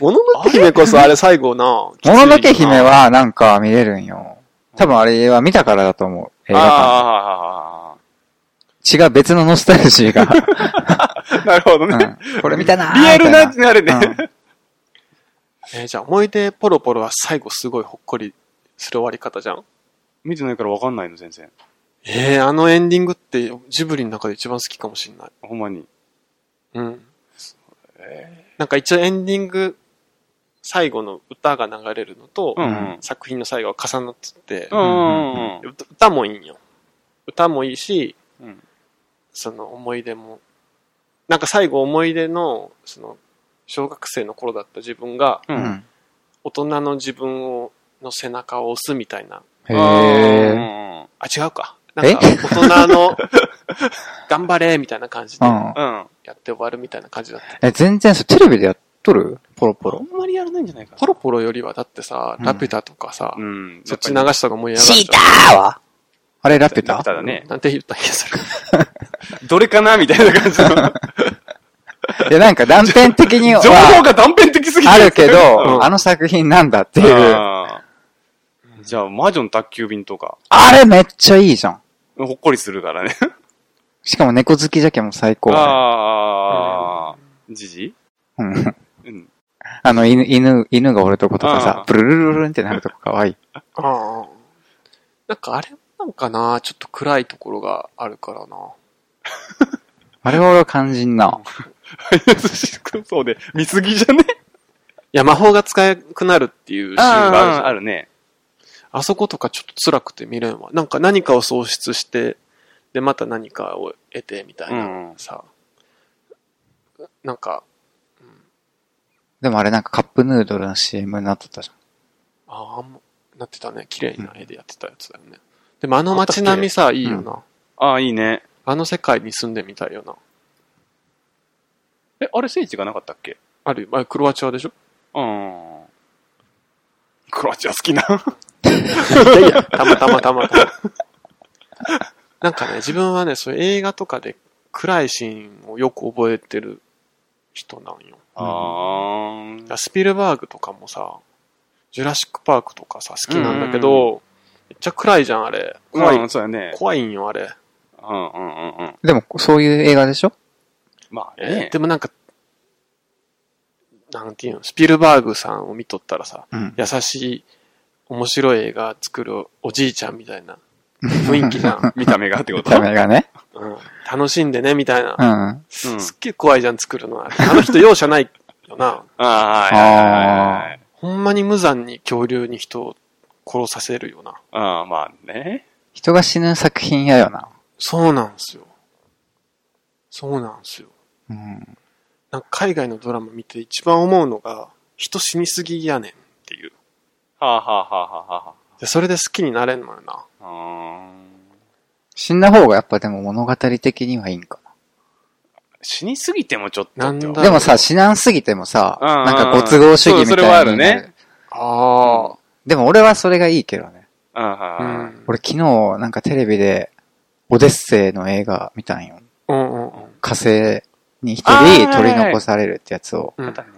Speaker 3: もののけ姫こそあれ最後な。
Speaker 2: もののけ姫
Speaker 3: は
Speaker 2: はなんか見れるんよ。多分あれは見たからだと思う。映画
Speaker 1: あ
Speaker 2: 館。違う別のノスタルジ
Speaker 1: [laughs]
Speaker 2: ーが。
Speaker 1: あ。なるほどね。
Speaker 2: うん、これ見たなー
Speaker 1: リアルな、
Speaker 2: みたい
Speaker 1: あれね。
Speaker 2: うん
Speaker 3: えーじゃあ、思い出ポロポロは最後すごいほっこりする終わり方じゃん
Speaker 1: [laughs] 見てないからわかんないの、全然。
Speaker 3: えー、あのエンディングってジブリの中で一番好きかもしんない。
Speaker 1: ほんまに。
Speaker 3: うん。
Speaker 1: え
Speaker 3: なんか一応エンディング、最後の歌が流れるのと、
Speaker 1: うんん。
Speaker 3: 作品の最後が重なってて、
Speaker 1: うんうんうん。
Speaker 3: 歌歌もいいんよ。歌もいいし、
Speaker 1: うん
Speaker 3: その思い出も。なんか最後思い出の、その、小学生の頃だった自分が、
Speaker 1: う。
Speaker 2: うんん。
Speaker 3: 大人の自分を、の背中を押すみたいな
Speaker 2: へ
Speaker 1: うん
Speaker 2: え。
Speaker 3: あ、違うか。な
Speaker 2: え
Speaker 3: んか、大人の、頑張れみたいな感じ
Speaker 2: う
Speaker 3: で、
Speaker 2: ん。
Speaker 1: うん。うん。
Speaker 3: やって終わるみたいな感じだった。
Speaker 2: え、全然それテレビでやっとるポロポ
Speaker 1: あ
Speaker 2: ロ。
Speaker 1: んまりやらないんじゃないかな
Speaker 3: ポ。ロポロよりは、だってさ、
Speaker 2: うん
Speaker 3: ラピュタとかさ、
Speaker 1: うん。
Speaker 3: そっち流した方が盛り上がる
Speaker 2: シー
Speaker 3: じゃん。
Speaker 2: ターはあれラピュ
Speaker 1: ラピ
Speaker 2: タ
Speaker 1: ュタだね。
Speaker 3: なんて言ったんや、それ。
Speaker 1: どれかなみたいな感じの。
Speaker 2: いや、なんか断片的に
Speaker 1: [laughs] 情報
Speaker 2: は
Speaker 1: が断片的すぎ
Speaker 2: あるけ
Speaker 1: [laughs] う
Speaker 2: ど、
Speaker 1: ん
Speaker 2: あの作品なんだっていう。
Speaker 1: あーじゃあ、魔女の宅急便とか、
Speaker 2: あれめっちゃいいじゃん。
Speaker 1: ほっこりするからね。
Speaker 2: しかも猫好きじゃけも最高。
Speaker 1: ああ、じじ
Speaker 2: うん [laughs]
Speaker 1: うん。 [laughs]
Speaker 2: あの、犬、犬、犬がおるとことか
Speaker 1: あ
Speaker 2: さ
Speaker 1: ー、
Speaker 2: ブルルルルンってなるとこかわいい。
Speaker 3: ああ。なんか、あれなんかな、ちょっと暗いところがあるからな。
Speaker 2: あれは俺は肝心な。
Speaker 1: そうで、見すぎじゃね
Speaker 3: いや、魔法が使えなくなるっていうシーンがあるじゃん。
Speaker 1: あ
Speaker 3: あ
Speaker 1: るね。
Speaker 3: そことかちょっと辛くて見れんわ。なんか何かを喪失して、で、また何かを得て、みたいな、
Speaker 1: うん
Speaker 3: さ。なんか、
Speaker 2: でもあれなんかカップヌードルの CM になっとったじ
Speaker 3: ああ、もうなってたね。綺麗な絵でやってたやつだよね。でもあの街並みさ、いいよな。
Speaker 1: ああ、いいね。
Speaker 3: あの世界に住んでみたいよな。
Speaker 1: え、あれ聖地がなかったっけ
Speaker 3: あるよ。あれクロアチアでしょ
Speaker 1: うん。
Speaker 3: クロアチア好きな。
Speaker 2: いやいや、
Speaker 3: たまたまたまたま。なんかね、自分はね、そういう映画とかで暗いシーンをよく覚えてる人なんよ。
Speaker 1: あー。
Speaker 3: スピルバーグとかもさ、ジュラシックパークとかさ、好きなんだけど、めっちゃ暗いじゃん、あれ。怖い。
Speaker 1: うん、そうやね。
Speaker 3: 怖いんよ、あれ。
Speaker 1: うんうんうんうん。
Speaker 2: でも、そういう映画でしょ
Speaker 1: まあね。
Speaker 3: でもなんか、なんていうの、スピルバーグさんを見とったらさ、
Speaker 2: うん。
Speaker 3: 優しい、面白い映画作るおじいちゃんみたいな雰囲気じ
Speaker 1: [laughs]
Speaker 3: ゃん。
Speaker 1: 見た目がってこ
Speaker 2: 見
Speaker 1: と
Speaker 2: た目がね。
Speaker 3: うん、楽しんでね、みたいな
Speaker 2: う。ん。
Speaker 1: うん
Speaker 3: すっげえ怖いじゃん、作るのは。あの人容赦ないよ [laughs] な。
Speaker 1: ああ、はいはいはいはい。
Speaker 3: ほんまに無残に恐竜に人を殺させるよな。
Speaker 1: ああ、まあね。
Speaker 2: 人が死ぬ作品やよな。
Speaker 3: そうなんすよ。そうなんすよ。
Speaker 2: うん。
Speaker 3: なんか海外のドラマ見て一番思うのが、人死にすぎやねんっていう。
Speaker 1: はあはあはあはあは
Speaker 3: でそれで好きになれんのよな。
Speaker 1: あ。うーん
Speaker 2: 死んだ方がやっぱでも物語的にはいいんか
Speaker 1: 死にすぎてもちょっとって
Speaker 3: なん
Speaker 2: な。
Speaker 3: だ
Speaker 2: でもさ、死なんすぎてもさ、
Speaker 1: うんうんうん
Speaker 2: なんかご都合主義みたいにな
Speaker 1: そう
Speaker 2: る。
Speaker 1: それはあるね
Speaker 3: あ
Speaker 2: でも俺はそれがいいけどね。
Speaker 1: うんうんうん。
Speaker 2: 俺昨日なんかテレビで、オデッセイの映画見たんよ。
Speaker 3: うんうんうん。
Speaker 2: 火星に一
Speaker 1: あー
Speaker 2: 人取り残されるってやつを。
Speaker 3: う
Speaker 1: ま
Speaker 3: ん
Speaker 1: たね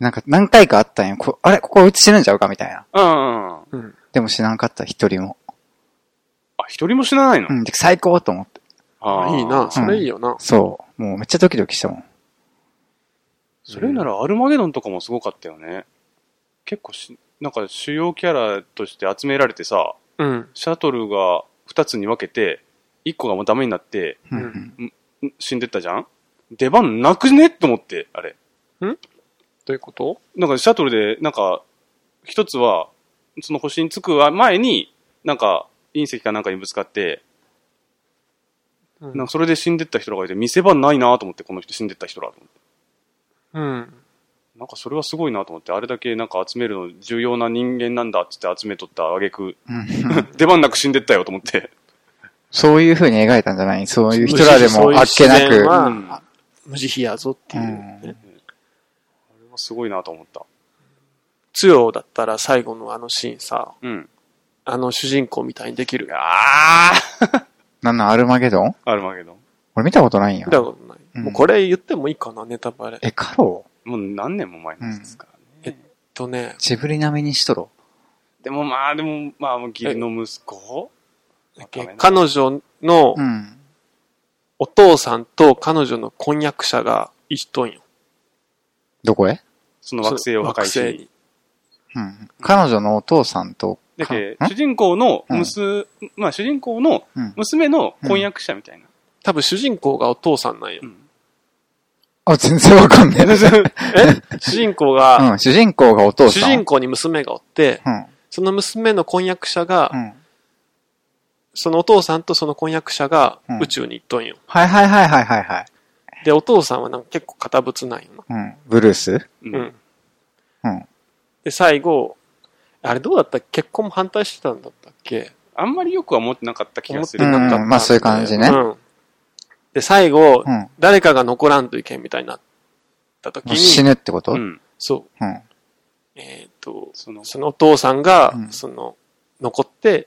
Speaker 2: なんか何回かあったんよ。こあれここうち死ぬんちゃうかみたいな。
Speaker 1: うんうんうん。
Speaker 3: うん。
Speaker 2: でも死なんかった、一人も。
Speaker 1: あ、一人も死なないの
Speaker 2: うん、で最高と思って。
Speaker 1: あー
Speaker 3: いいな、それいいよな。
Speaker 2: そう。もうめっちゃドキドキしたもん。
Speaker 1: それならアルマゲドンとかもすごかったよね。結構し、なんか主要キャラとして集められてさ、
Speaker 3: うん。
Speaker 1: シャトルが2つに分けて、1個がもうダメになって、
Speaker 2: うん
Speaker 3: う
Speaker 2: うん。
Speaker 1: ん死んでったじゃん出番なくねと思って、あれ。
Speaker 3: どういうこと
Speaker 1: なんかシャトルで、なんか、一つは、その星に着く前に、なんか、隕石かなんかにぶつかって、
Speaker 3: うん
Speaker 1: なんかそれで死んでった人らがいて、見せ場ないなと思って、この人死んでった人らと思って。
Speaker 3: うん。
Speaker 1: なんかそれはすごいなと思って、あれだけなんか集めるの重要な人間なんだっつって集めとった挙句、
Speaker 2: うん
Speaker 1: [laughs] 出番なく死んでったよと思って。
Speaker 2: そういう風に描いたんじゃないそういう人らでもあっけな
Speaker 3: そういう自然
Speaker 2: く。
Speaker 3: は
Speaker 1: うんあ
Speaker 3: 無慈悲やぞっていうね、
Speaker 2: うん
Speaker 1: れはすごいなと思った。
Speaker 3: つよだったら最後のあのシーンさ、
Speaker 1: うん。
Speaker 3: あの主人公みたいにできるやん。
Speaker 1: あ
Speaker 2: なんなんアルマゲドン
Speaker 1: あるまけど。
Speaker 2: 俺見たことないんや
Speaker 3: 見。たことない。
Speaker 2: うん
Speaker 3: もうこれ言ってもいいかな、ネタバレ。えっ
Speaker 2: え、カロ
Speaker 1: もう何年も前のやつですからね。
Speaker 3: とね、
Speaker 2: ジブリ並みにしとろ。
Speaker 1: でもまあ、でもまあ、もう義理の息子
Speaker 3: え彼女の
Speaker 2: うん。
Speaker 3: お父さんと彼女の婚約者が一人よ。
Speaker 2: どこへ
Speaker 1: その惑星を破壊
Speaker 3: 惑星
Speaker 1: し。
Speaker 3: に
Speaker 2: うん。彼女のお父さんと、
Speaker 1: だけ
Speaker 2: かん
Speaker 1: 主人公の娘、まあ主人公の
Speaker 2: うん
Speaker 1: 娘の婚約者みたいな。
Speaker 3: 多分主人公がお父さんなんよ
Speaker 1: う。ん
Speaker 2: あ、全然わかんねえ。
Speaker 3: え主人公が、
Speaker 2: うん、主人公がお父
Speaker 3: 主
Speaker 2: さん。
Speaker 3: 人公に娘がおって、
Speaker 2: うん。
Speaker 3: その娘の婚約者が、
Speaker 2: うん。
Speaker 3: そのお父さんとその婚約者が
Speaker 2: うん
Speaker 3: 宇宙に行っとんよ。
Speaker 2: はいはいはいはいはいはい。
Speaker 3: で、お父さんはなんか結構堅物なんよな。
Speaker 2: うん。ブルース
Speaker 1: うん
Speaker 3: うん。
Speaker 2: うん。
Speaker 3: で、最後、あれどうだったっけ結婚も反対してたんだったっけ
Speaker 1: あんまりよくは思ってなかった気がす
Speaker 3: 出
Speaker 1: る。
Speaker 3: なかったんだよ
Speaker 2: うんまあそういう感じね
Speaker 3: んで、最後、
Speaker 2: うん。も
Speaker 3: 誰かが残らんといけんみたいになった時
Speaker 2: う死
Speaker 3: に、
Speaker 2: ぬってこと
Speaker 1: う
Speaker 2: うん。
Speaker 1: ん。
Speaker 3: そう、
Speaker 2: うん。
Speaker 3: えっ、と、
Speaker 1: その、
Speaker 3: そのお父さんが、
Speaker 2: うん
Speaker 3: その、残って、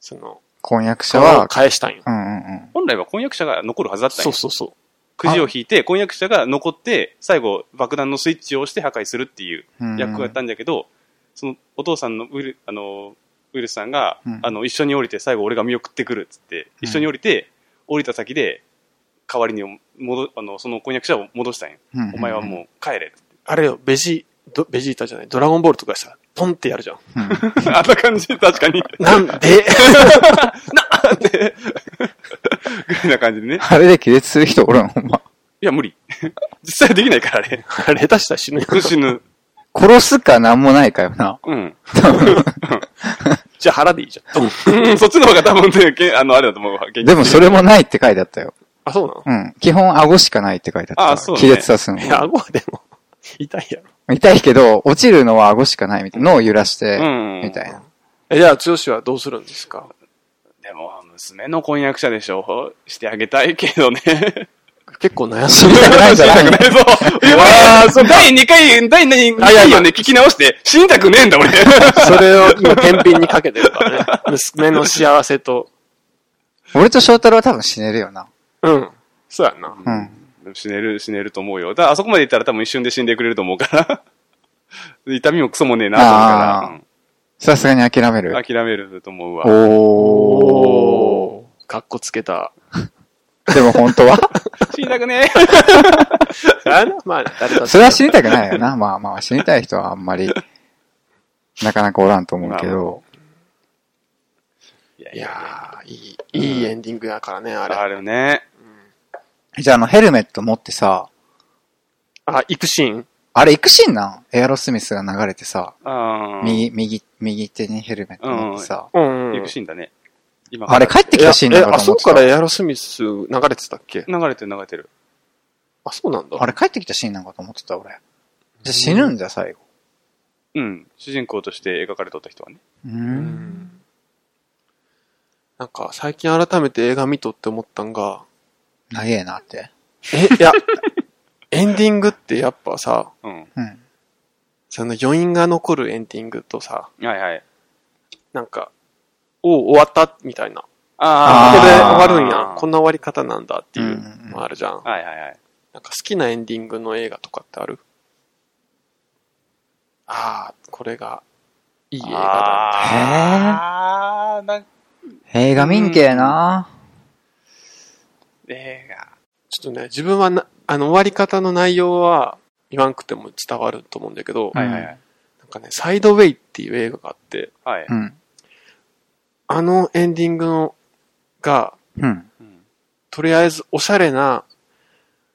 Speaker 3: その、
Speaker 2: 婚約者
Speaker 3: 川を
Speaker 2: は、
Speaker 3: 返したんよ。
Speaker 2: うんうんうん。
Speaker 1: 本来は婚約者が残るはずだったん
Speaker 3: そ
Speaker 1: よ
Speaker 3: うそうそ
Speaker 1: くじを引いて、婚約者が残って、最後爆弾のスイッチを押して破壊するっていう
Speaker 2: うん
Speaker 1: 役をやったんだけど、そのお父さんのウィル、あの、ウィルスさんが、
Speaker 2: うん
Speaker 1: あの、一緒に降りて、最後俺が見送ってくるっつって、
Speaker 2: うん
Speaker 1: 一緒に降りて、降りた先で、代わりに戻、あの、その婚約者を戻したんよ。
Speaker 2: うんうん
Speaker 1: お前はもう帰れっつっ
Speaker 3: う。あれよ、ベジ、ドベジータじゃない、ドラゴンボールとかしたら、ポンってやるじ
Speaker 2: [laughs]
Speaker 3: ゃん。
Speaker 2: うん。
Speaker 1: て。あんな感じ、確かに。
Speaker 3: なんで
Speaker 1: ぐらいな感じでね。
Speaker 2: あれで気絶する人おるん、ほんま。
Speaker 1: いや、無理。実際できないから、あれ。
Speaker 3: あれ下手したら死ぬよ。
Speaker 1: 死ぬ。
Speaker 2: 殺すかなんもないかよな。
Speaker 1: うん。
Speaker 3: じゃあ腹でいいじゃん。
Speaker 1: うんそっちの方が多分ね、けあの、あれだと思うわ。
Speaker 2: でもそれもないって書いてあったよ。
Speaker 3: あ、そうなの
Speaker 2: うん。基本顎しかないって書いてあった。
Speaker 1: あそうね
Speaker 2: 気絶さすの
Speaker 3: い。や、顎はでも、痛いやろ。
Speaker 2: 痛いけど、落ちるのは顎しかないみたいな。脳を揺らして、
Speaker 1: うん
Speaker 2: みたいな。
Speaker 3: え、じゃあ、剛はどうするんですか
Speaker 1: でも、娘の婚約者でしょしてあげたいけどね。
Speaker 3: 結構悩んで
Speaker 2: 知りたくないんじゃない
Speaker 1: 死にたくないぞ。いやそう第2回、第2
Speaker 3: あいやい
Speaker 1: 回
Speaker 3: や
Speaker 1: をね、聞き直して、死にたくねえんだ、俺。
Speaker 3: それを今、天秤にかけて
Speaker 2: [laughs]
Speaker 3: るからね。娘の幸せと。
Speaker 2: 俺と翔太郎は多分死ねるよな。
Speaker 3: うん。そうやな。
Speaker 2: うん。
Speaker 1: 死ねる、死ねると思うよ。だからあそこまで行ったら多分一瞬で死んでくれると思うから。痛みもクソもねえなと思
Speaker 2: あーさすがに諦め
Speaker 1: う
Speaker 2: る
Speaker 1: から、うん。諦めると思うわ。
Speaker 2: お
Speaker 3: おー。かっこつけた。
Speaker 2: ー。でも本当は
Speaker 1: 死にたくね
Speaker 3: あのまあ、誰だって
Speaker 2: それは死にたくないよな。まあまあ、死にたい人はあんまり、なかなかおらんと思うけど。
Speaker 1: え。
Speaker 3: いやー、いい、いいエンディングやからね、あれ。
Speaker 1: あるね。
Speaker 2: じゃああの、ヘルメット持ってさ、
Speaker 3: あ、行くシーン
Speaker 2: あれ行くシーンなんエアロスミスが流れてさ、
Speaker 1: あー
Speaker 2: 右、右、右手にヘルメット持ってさ、
Speaker 3: うんうん。
Speaker 1: 行くシーンだね。今
Speaker 2: あれ帰ってきたシーンだ
Speaker 3: え、
Speaker 2: ろう
Speaker 3: あ
Speaker 2: と思
Speaker 3: そ
Speaker 2: っ
Speaker 3: こ
Speaker 2: てた
Speaker 3: からエアロスミス流れてたっけ
Speaker 1: 流れてる流れてる。
Speaker 3: あ、そうなんだ。
Speaker 2: あれ帰ってきたシーンなんかと思ってた、俺。じゃあ死ぬんだ、最後。
Speaker 1: うん。主人公として描かれとった人はね。
Speaker 2: う。
Speaker 3: うんんなんか、最近改めて映画見とって思ったんが、
Speaker 2: 長えなって。
Speaker 3: え、いや、エンディングってやっぱさ、
Speaker 1: うん。
Speaker 2: うん。
Speaker 3: その余韻が残るエンディングとさ、
Speaker 1: はいはい。
Speaker 3: なんか、おう終わった、みたいな。
Speaker 2: あー
Speaker 3: ここで
Speaker 2: あ
Speaker 3: 終わるんや。こん
Speaker 1: な。
Speaker 3: な終わり方なんだっていう
Speaker 2: うんうん
Speaker 3: のあるじゃん。
Speaker 1: はいはいはい。
Speaker 3: なんか好きなエンディングの映画とかってあるああ、これがいい映画だ。
Speaker 1: あーなん
Speaker 2: 映画民系な
Speaker 1: 映画。
Speaker 3: ちょっとね、自分はな、あの終わり方の内容は言わんくても伝わると思うんだけど、
Speaker 1: はいはいはい。
Speaker 3: なんかね、サイドウェイっていう映画があって、
Speaker 1: はい。
Speaker 2: うん。
Speaker 3: あのエンディングのが、
Speaker 2: うん。
Speaker 1: うん
Speaker 3: とりあえずおしゃれな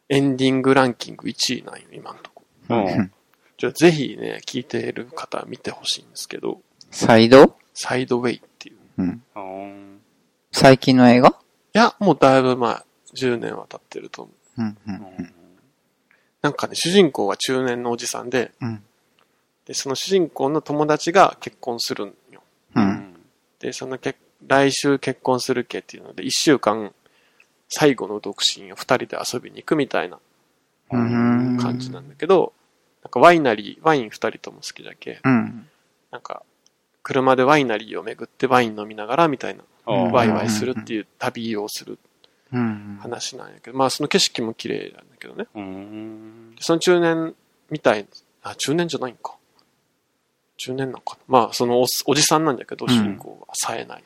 Speaker 3: エンディングランキング1位なんよ、今のとこ。
Speaker 1: うん。
Speaker 3: じゃあぜひね、聞いている方は見てほしいんですけど、
Speaker 2: サイド
Speaker 3: サイドウェイっていう。い
Speaker 2: うん。
Speaker 1: あー
Speaker 2: 最近の映画
Speaker 3: や、もうだいぶ前、10年は経ってると思う。
Speaker 2: うん。う。
Speaker 1: うんん
Speaker 3: なんかね、主人公は中年のおじさんで、
Speaker 2: うん。
Speaker 3: で、その主人公の友達が結婚するんよ。
Speaker 2: う。
Speaker 1: うんん。
Speaker 3: で、その結、来週結婚するけっていうので、一週間、最後の独身を二人で遊びに行くみたいな
Speaker 2: うん
Speaker 3: 感じなんだけど、なんかワイナリー、ワイン二人とも好きだけ、
Speaker 2: うん。
Speaker 3: なんか、車でワイナリーを巡ってワイン飲みながらみたいな、
Speaker 1: うん
Speaker 3: ワイワイするっていう旅をする
Speaker 2: うん。
Speaker 3: 話なんやけど、まあその景色も綺麗なんだけどね。
Speaker 1: うん。
Speaker 3: その中年みたいな、あ、中年じゃないんか。中年なのかな。まあ、そのおっおじさんなんだけど、
Speaker 2: うん
Speaker 3: 主人公は冴えない。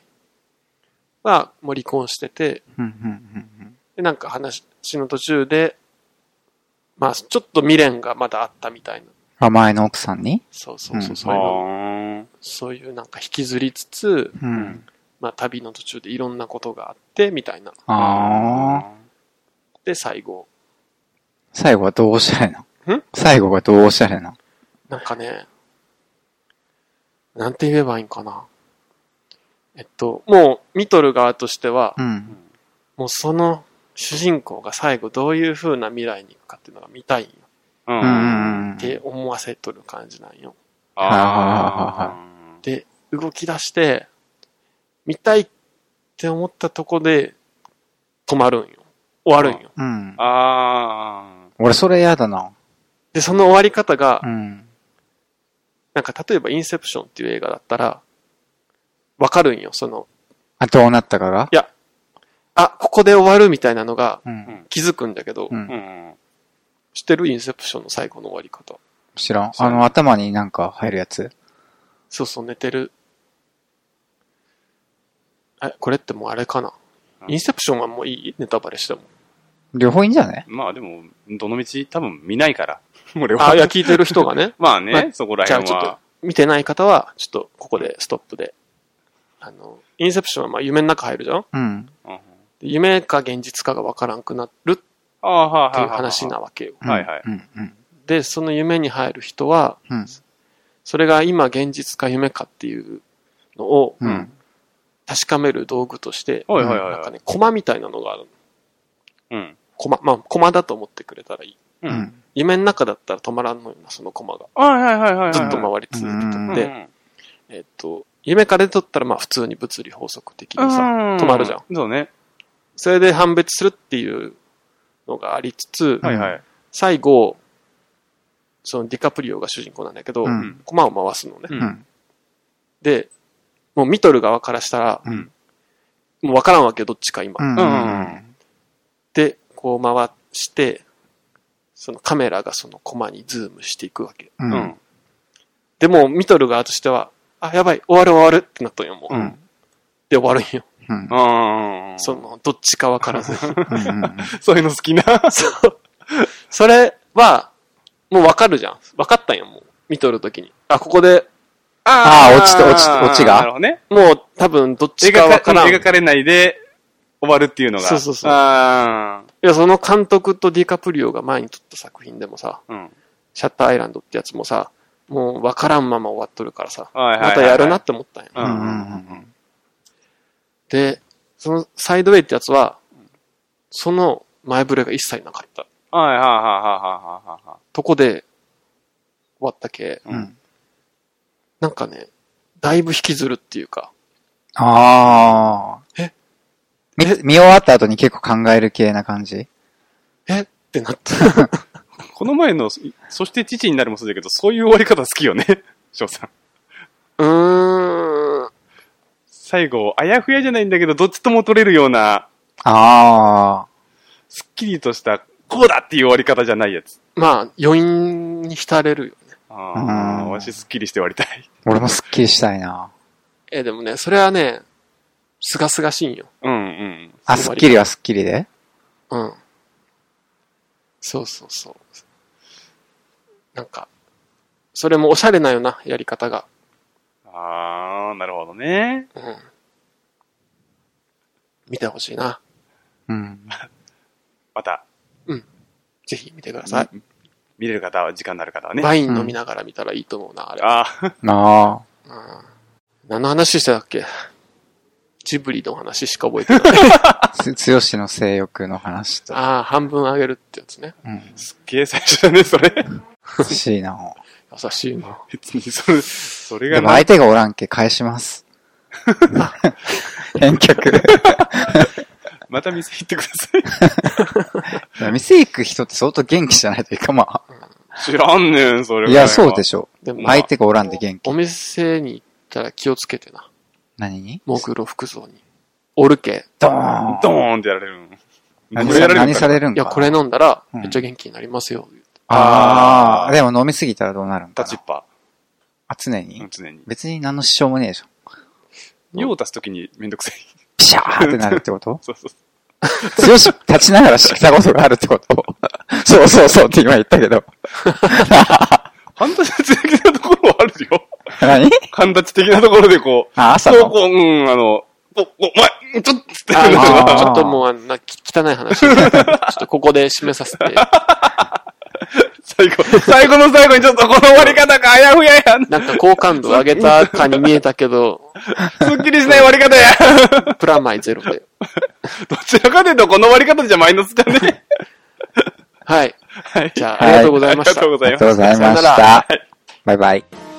Speaker 3: が、もう離婚してて、
Speaker 2: うん。うん。
Speaker 3: で、なんか話の途中で、まあ、ちょっと未練がまだあったみたいな。
Speaker 2: あ、前の奥さんに
Speaker 3: そうそうそう、
Speaker 2: うん
Speaker 3: そういうの
Speaker 1: あ
Speaker 3: そういうなんか引きずりつつ、
Speaker 2: う
Speaker 1: ー。
Speaker 2: ん。
Speaker 3: まあ、旅の途中でいろんなことがあって、みたいな。
Speaker 2: ああ。
Speaker 3: で、最後。
Speaker 2: 最後はどうおしゃれなん最後はどうおしゃれな
Speaker 3: なんかね、なんて言えばいいんかな。えっと、もう、見とる側としては、
Speaker 2: うん。
Speaker 3: もうその主人公が最後どういう風な未来に行くかっていうのが見たいんよ
Speaker 1: うん。
Speaker 2: うん。うん
Speaker 3: っ。て思わせとる感じなんよ。
Speaker 1: あ
Speaker 2: はいはいは
Speaker 1: あ
Speaker 2: いは
Speaker 3: で、動き出して、見たいって思ったとこで止まるんよ。終わるんよ。
Speaker 2: うん。
Speaker 1: あ
Speaker 2: 俺それ嫌だな。
Speaker 3: で、その終わり方が
Speaker 2: う、ん。
Speaker 3: なんか例えばインセプションっていう映画だったら、わかるんよ。その、
Speaker 2: あ、どうなったかが
Speaker 3: いや、あ、ここで終わるみたいなのが
Speaker 2: うん。
Speaker 3: 気づくんだけど、
Speaker 2: う。
Speaker 1: ーうんん。
Speaker 3: 知ってるインセプションの最後の終わり方。
Speaker 2: 知らん。あの、頭になんか入るやつ。
Speaker 3: そうそう、寝てる。え、これってもうあれかな。
Speaker 1: うん
Speaker 3: インセプションはもういいネタバレしても。
Speaker 2: 両方いいんじゃね
Speaker 1: まあでも、どの道多分見ないから。俺
Speaker 3: あ、いや、
Speaker 1: は。。
Speaker 3: 聞いてる人がね
Speaker 1: [laughs] まあ
Speaker 3: ま
Speaker 1: ね、そこら
Speaker 3: じゃあ
Speaker 1: 辺
Speaker 3: ちょっと
Speaker 1: は。、
Speaker 3: 見てない方は、ちょっとここでストップで。あの、インセプションはまあ夢の中入るじゃん
Speaker 2: うん。
Speaker 1: うん
Speaker 3: で夢か現実かがわからんくなるっ
Speaker 1: ああ、は
Speaker 3: て
Speaker 1: い
Speaker 3: い
Speaker 1: は
Speaker 3: う
Speaker 1: い。
Speaker 3: 話な。わけよ。
Speaker 2: うん
Speaker 1: はいはい
Speaker 2: うん。うん。
Speaker 3: で、その夢に入る人は、
Speaker 2: うん。
Speaker 3: それが今現実か夢かっていうのを
Speaker 2: う
Speaker 1: うんん。
Speaker 3: 確かめる道具として、
Speaker 1: はいはいはい
Speaker 3: なんか
Speaker 1: はい。
Speaker 3: ね、コマみたいなのがある。
Speaker 1: うん。
Speaker 3: コマ、まあ、コマだと思ってくれたらいい。
Speaker 1: う。
Speaker 2: うんん。
Speaker 3: 夢の中だったら止まらんのよな、そのコマが。
Speaker 1: はいはいはいはいはい。
Speaker 3: ずっと回り続けて
Speaker 2: うん
Speaker 3: て、えっと、夢から出とったら、まあ普通に物理法則的
Speaker 1: うん、
Speaker 3: にさ、止まるじゃん。
Speaker 1: そうね。
Speaker 3: それで判別するっていうのがありつつ、
Speaker 2: はい
Speaker 1: はい。
Speaker 3: 最後、そのディカプリオが主人公なんだけど、
Speaker 2: うん
Speaker 3: コマを回すのね。
Speaker 1: う。
Speaker 2: うんん。
Speaker 3: で、もう見とる側からしたら、
Speaker 2: うん
Speaker 3: もうわからんわけよ、どっちか今。
Speaker 2: うん。うん。
Speaker 3: で、こう回して、そのカメラがそのコマにズームしていくわけ。
Speaker 2: う。
Speaker 1: うんん。
Speaker 3: でも、見とる側としては、あ、やばい、終わる終わるってなったんよ、もう。
Speaker 2: うん。
Speaker 3: で、終わるんよ。
Speaker 2: うん。
Speaker 1: うん。
Speaker 3: その、どっちかわからず。 [laughs]
Speaker 1: そういうの好きな。
Speaker 3: そう。それは、もうわかるじゃん。わかったんよ、もう。見とるときに。あ、ここで、
Speaker 2: あー落ちて落ちて落ちが
Speaker 1: なるほどね。
Speaker 3: もう多分どっちかわ
Speaker 1: 描
Speaker 3: か
Speaker 1: から
Speaker 3: ん。い
Speaker 1: 描かれないで終わるっていうのが。
Speaker 3: そうそうそう
Speaker 1: あ
Speaker 3: や、その監督とディカプリオが前に撮った作品でもさ、
Speaker 1: ーうん。
Speaker 3: シャッターアイランドってやつもさ、もうわからんまま終わっとるからさ、
Speaker 1: はいはいはい
Speaker 3: またやるなって思ったんよ。
Speaker 1: うん
Speaker 3: で、そのサイドウェイってやつは、その前触れが一切なかった。
Speaker 1: はいはいはいはいはいは
Speaker 3: とこで、終わったけ、
Speaker 1: いはい。うん。
Speaker 3: なんかね、だいぶ引きずるっていうか、
Speaker 2: ああ。見、見終わった後に結構考える系な感じ
Speaker 3: えってなった。
Speaker 1: この前の、そそして父になるもそうだけど、そういう終わり方好きよね。 [laughs] 翔さん。
Speaker 3: [laughs] うーん。
Speaker 1: 最後、あやふやじゃないんだけど、どっちとも取れるような、
Speaker 2: ああ。
Speaker 1: すっきりとした、こうだっていう終わり方じゃないやつ。
Speaker 3: まあ、余韻に浸れるよね。
Speaker 1: ああ、
Speaker 2: うん
Speaker 1: わしすっきりして終わりたい。
Speaker 2: 俺もスッキリしたいな。
Speaker 3: え、でもね、それはね、すがすがしいんよ。
Speaker 1: うんうん。
Speaker 2: あ、スッキリはスッキリで
Speaker 3: うん。そうそうそう。なんか、それもおしゃれなよな、やり方が。
Speaker 1: ああ、なるほどね。
Speaker 3: うん。見てほしいな。
Speaker 2: うん。
Speaker 1: また、
Speaker 3: ぜひ見てください。
Speaker 1: 見れる方は、時間のある方はね。
Speaker 3: ワイン飲みながら見たらいいと思うな、あれ。
Speaker 1: ああ、
Speaker 2: ああ。
Speaker 3: うん何の話してたっけジブリの話しか覚えてない。
Speaker 2: つ、 [laughs] つよしの性欲の話と。
Speaker 3: ああ、半分あげるってやつね。
Speaker 2: うん。
Speaker 1: すっげえ最初だね、それ。
Speaker 2: 欲し
Speaker 1: [laughs]
Speaker 2: いな。
Speaker 3: 優しいな。
Speaker 1: 別に、それ、それ
Speaker 2: で
Speaker 1: が
Speaker 2: も
Speaker 1: な
Speaker 2: 相手がおらんけ返し
Speaker 1: [laughs]
Speaker 2: ます。返却。
Speaker 1: また店行ってくださ
Speaker 2: 店行く人って相当元気じゃないというか、ま
Speaker 1: い。 [laughs] 知らんねん、それ
Speaker 2: あ。いや、そうで
Speaker 1: し
Speaker 2: しょ。
Speaker 3: でも、
Speaker 1: まあ
Speaker 2: 相手がおらんで元気。
Speaker 3: お店に行ったら気をつけてな。
Speaker 2: 何に
Speaker 3: モグロ服装に。おるけ。
Speaker 2: ドーン
Speaker 1: ドーンってやられる。
Speaker 2: 何
Speaker 1: これやら
Speaker 2: さ
Speaker 1: れ
Speaker 2: 何
Speaker 1: る
Speaker 2: されるん
Speaker 3: いや、
Speaker 2: かな
Speaker 3: これ飲んだら、
Speaker 2: うん
Speaker 3: めっちゃ元気になりますよ。
Speaker 2: ああ、でも飲みすぎたらどうなるん
Speaker 1: タ
Speaker 2: かな
Speaker 1: チッパ
Speaker 2: あ、常
Speaker 1: ー。う
Speaker 2: に
Speaker 1: ん、常に。
Speaker 2: 別に何の支障もね
Speaker 1: [laughs]
Speaker 2: えでしょ。
Speaker 1: 用を足すときにめんどくさい。 [laughs]
Speaker 2: ピシャーってなるってこと
Speaker 1: そうそうそ
Speaker 2: 強し立ちながらしたことがあるってこと
Speaker 1: [laughs]
Speaker 2: そうそうそうって今言ったけど。 [laughs]
Speaker 1: う。ハンダチ的なところはあるよ。 [laughs]
Speaker 2: 何
Speaker 1: ハンダチ的なところでこう、
Speaker 2: あ、朝
Speaker 1: そう
Speaker 2: の
Speaker 1: こう、うん、あの、お、お前、ちょっとって
Speaker 3: あ
Speaker 1: なるの
Speaker 2: あ
Speaker 1: が
Speaker 2: ー
Speaker 3: ちょっともうあんなき汚い話。ちょっとここで締めさせて。
Speaker 1: [laughs] 最後、最後の最後にちょっとこの終わり方があやふややん。
Speaker 3: なんか好感度上げたかに見えたけど、
Speaker 1: すっきりしない終わり方や。 [laughs]
Speaker 3: プラマイゼロで。
Speaker 1: どちらかというと、この終わり方じゃマイナスだね。
Speaker 3: はい。
Speaker 1: はい。
Speaker 3: じゃあ、
Speaker 2: [laughs]
Speaker 3: あ
Speaker 2: はい
Speaker 3: りがとうござ
Speaker 1: あ
Speaker 3: い
Speaker 1: り
Speaker 3: ま
Speaker 1: が
Speaker 3: した
Speaker 1: とう。ご
Speaker 2: あ
Speaker 1: ざ
Speaker 2: り
Speaker 1: いま
Speaker 2: がとう
Speaker 1: す
Speaker 2: ご。ざいまし
Speaker 3: さよな
Speaker 2: た。バイバイ。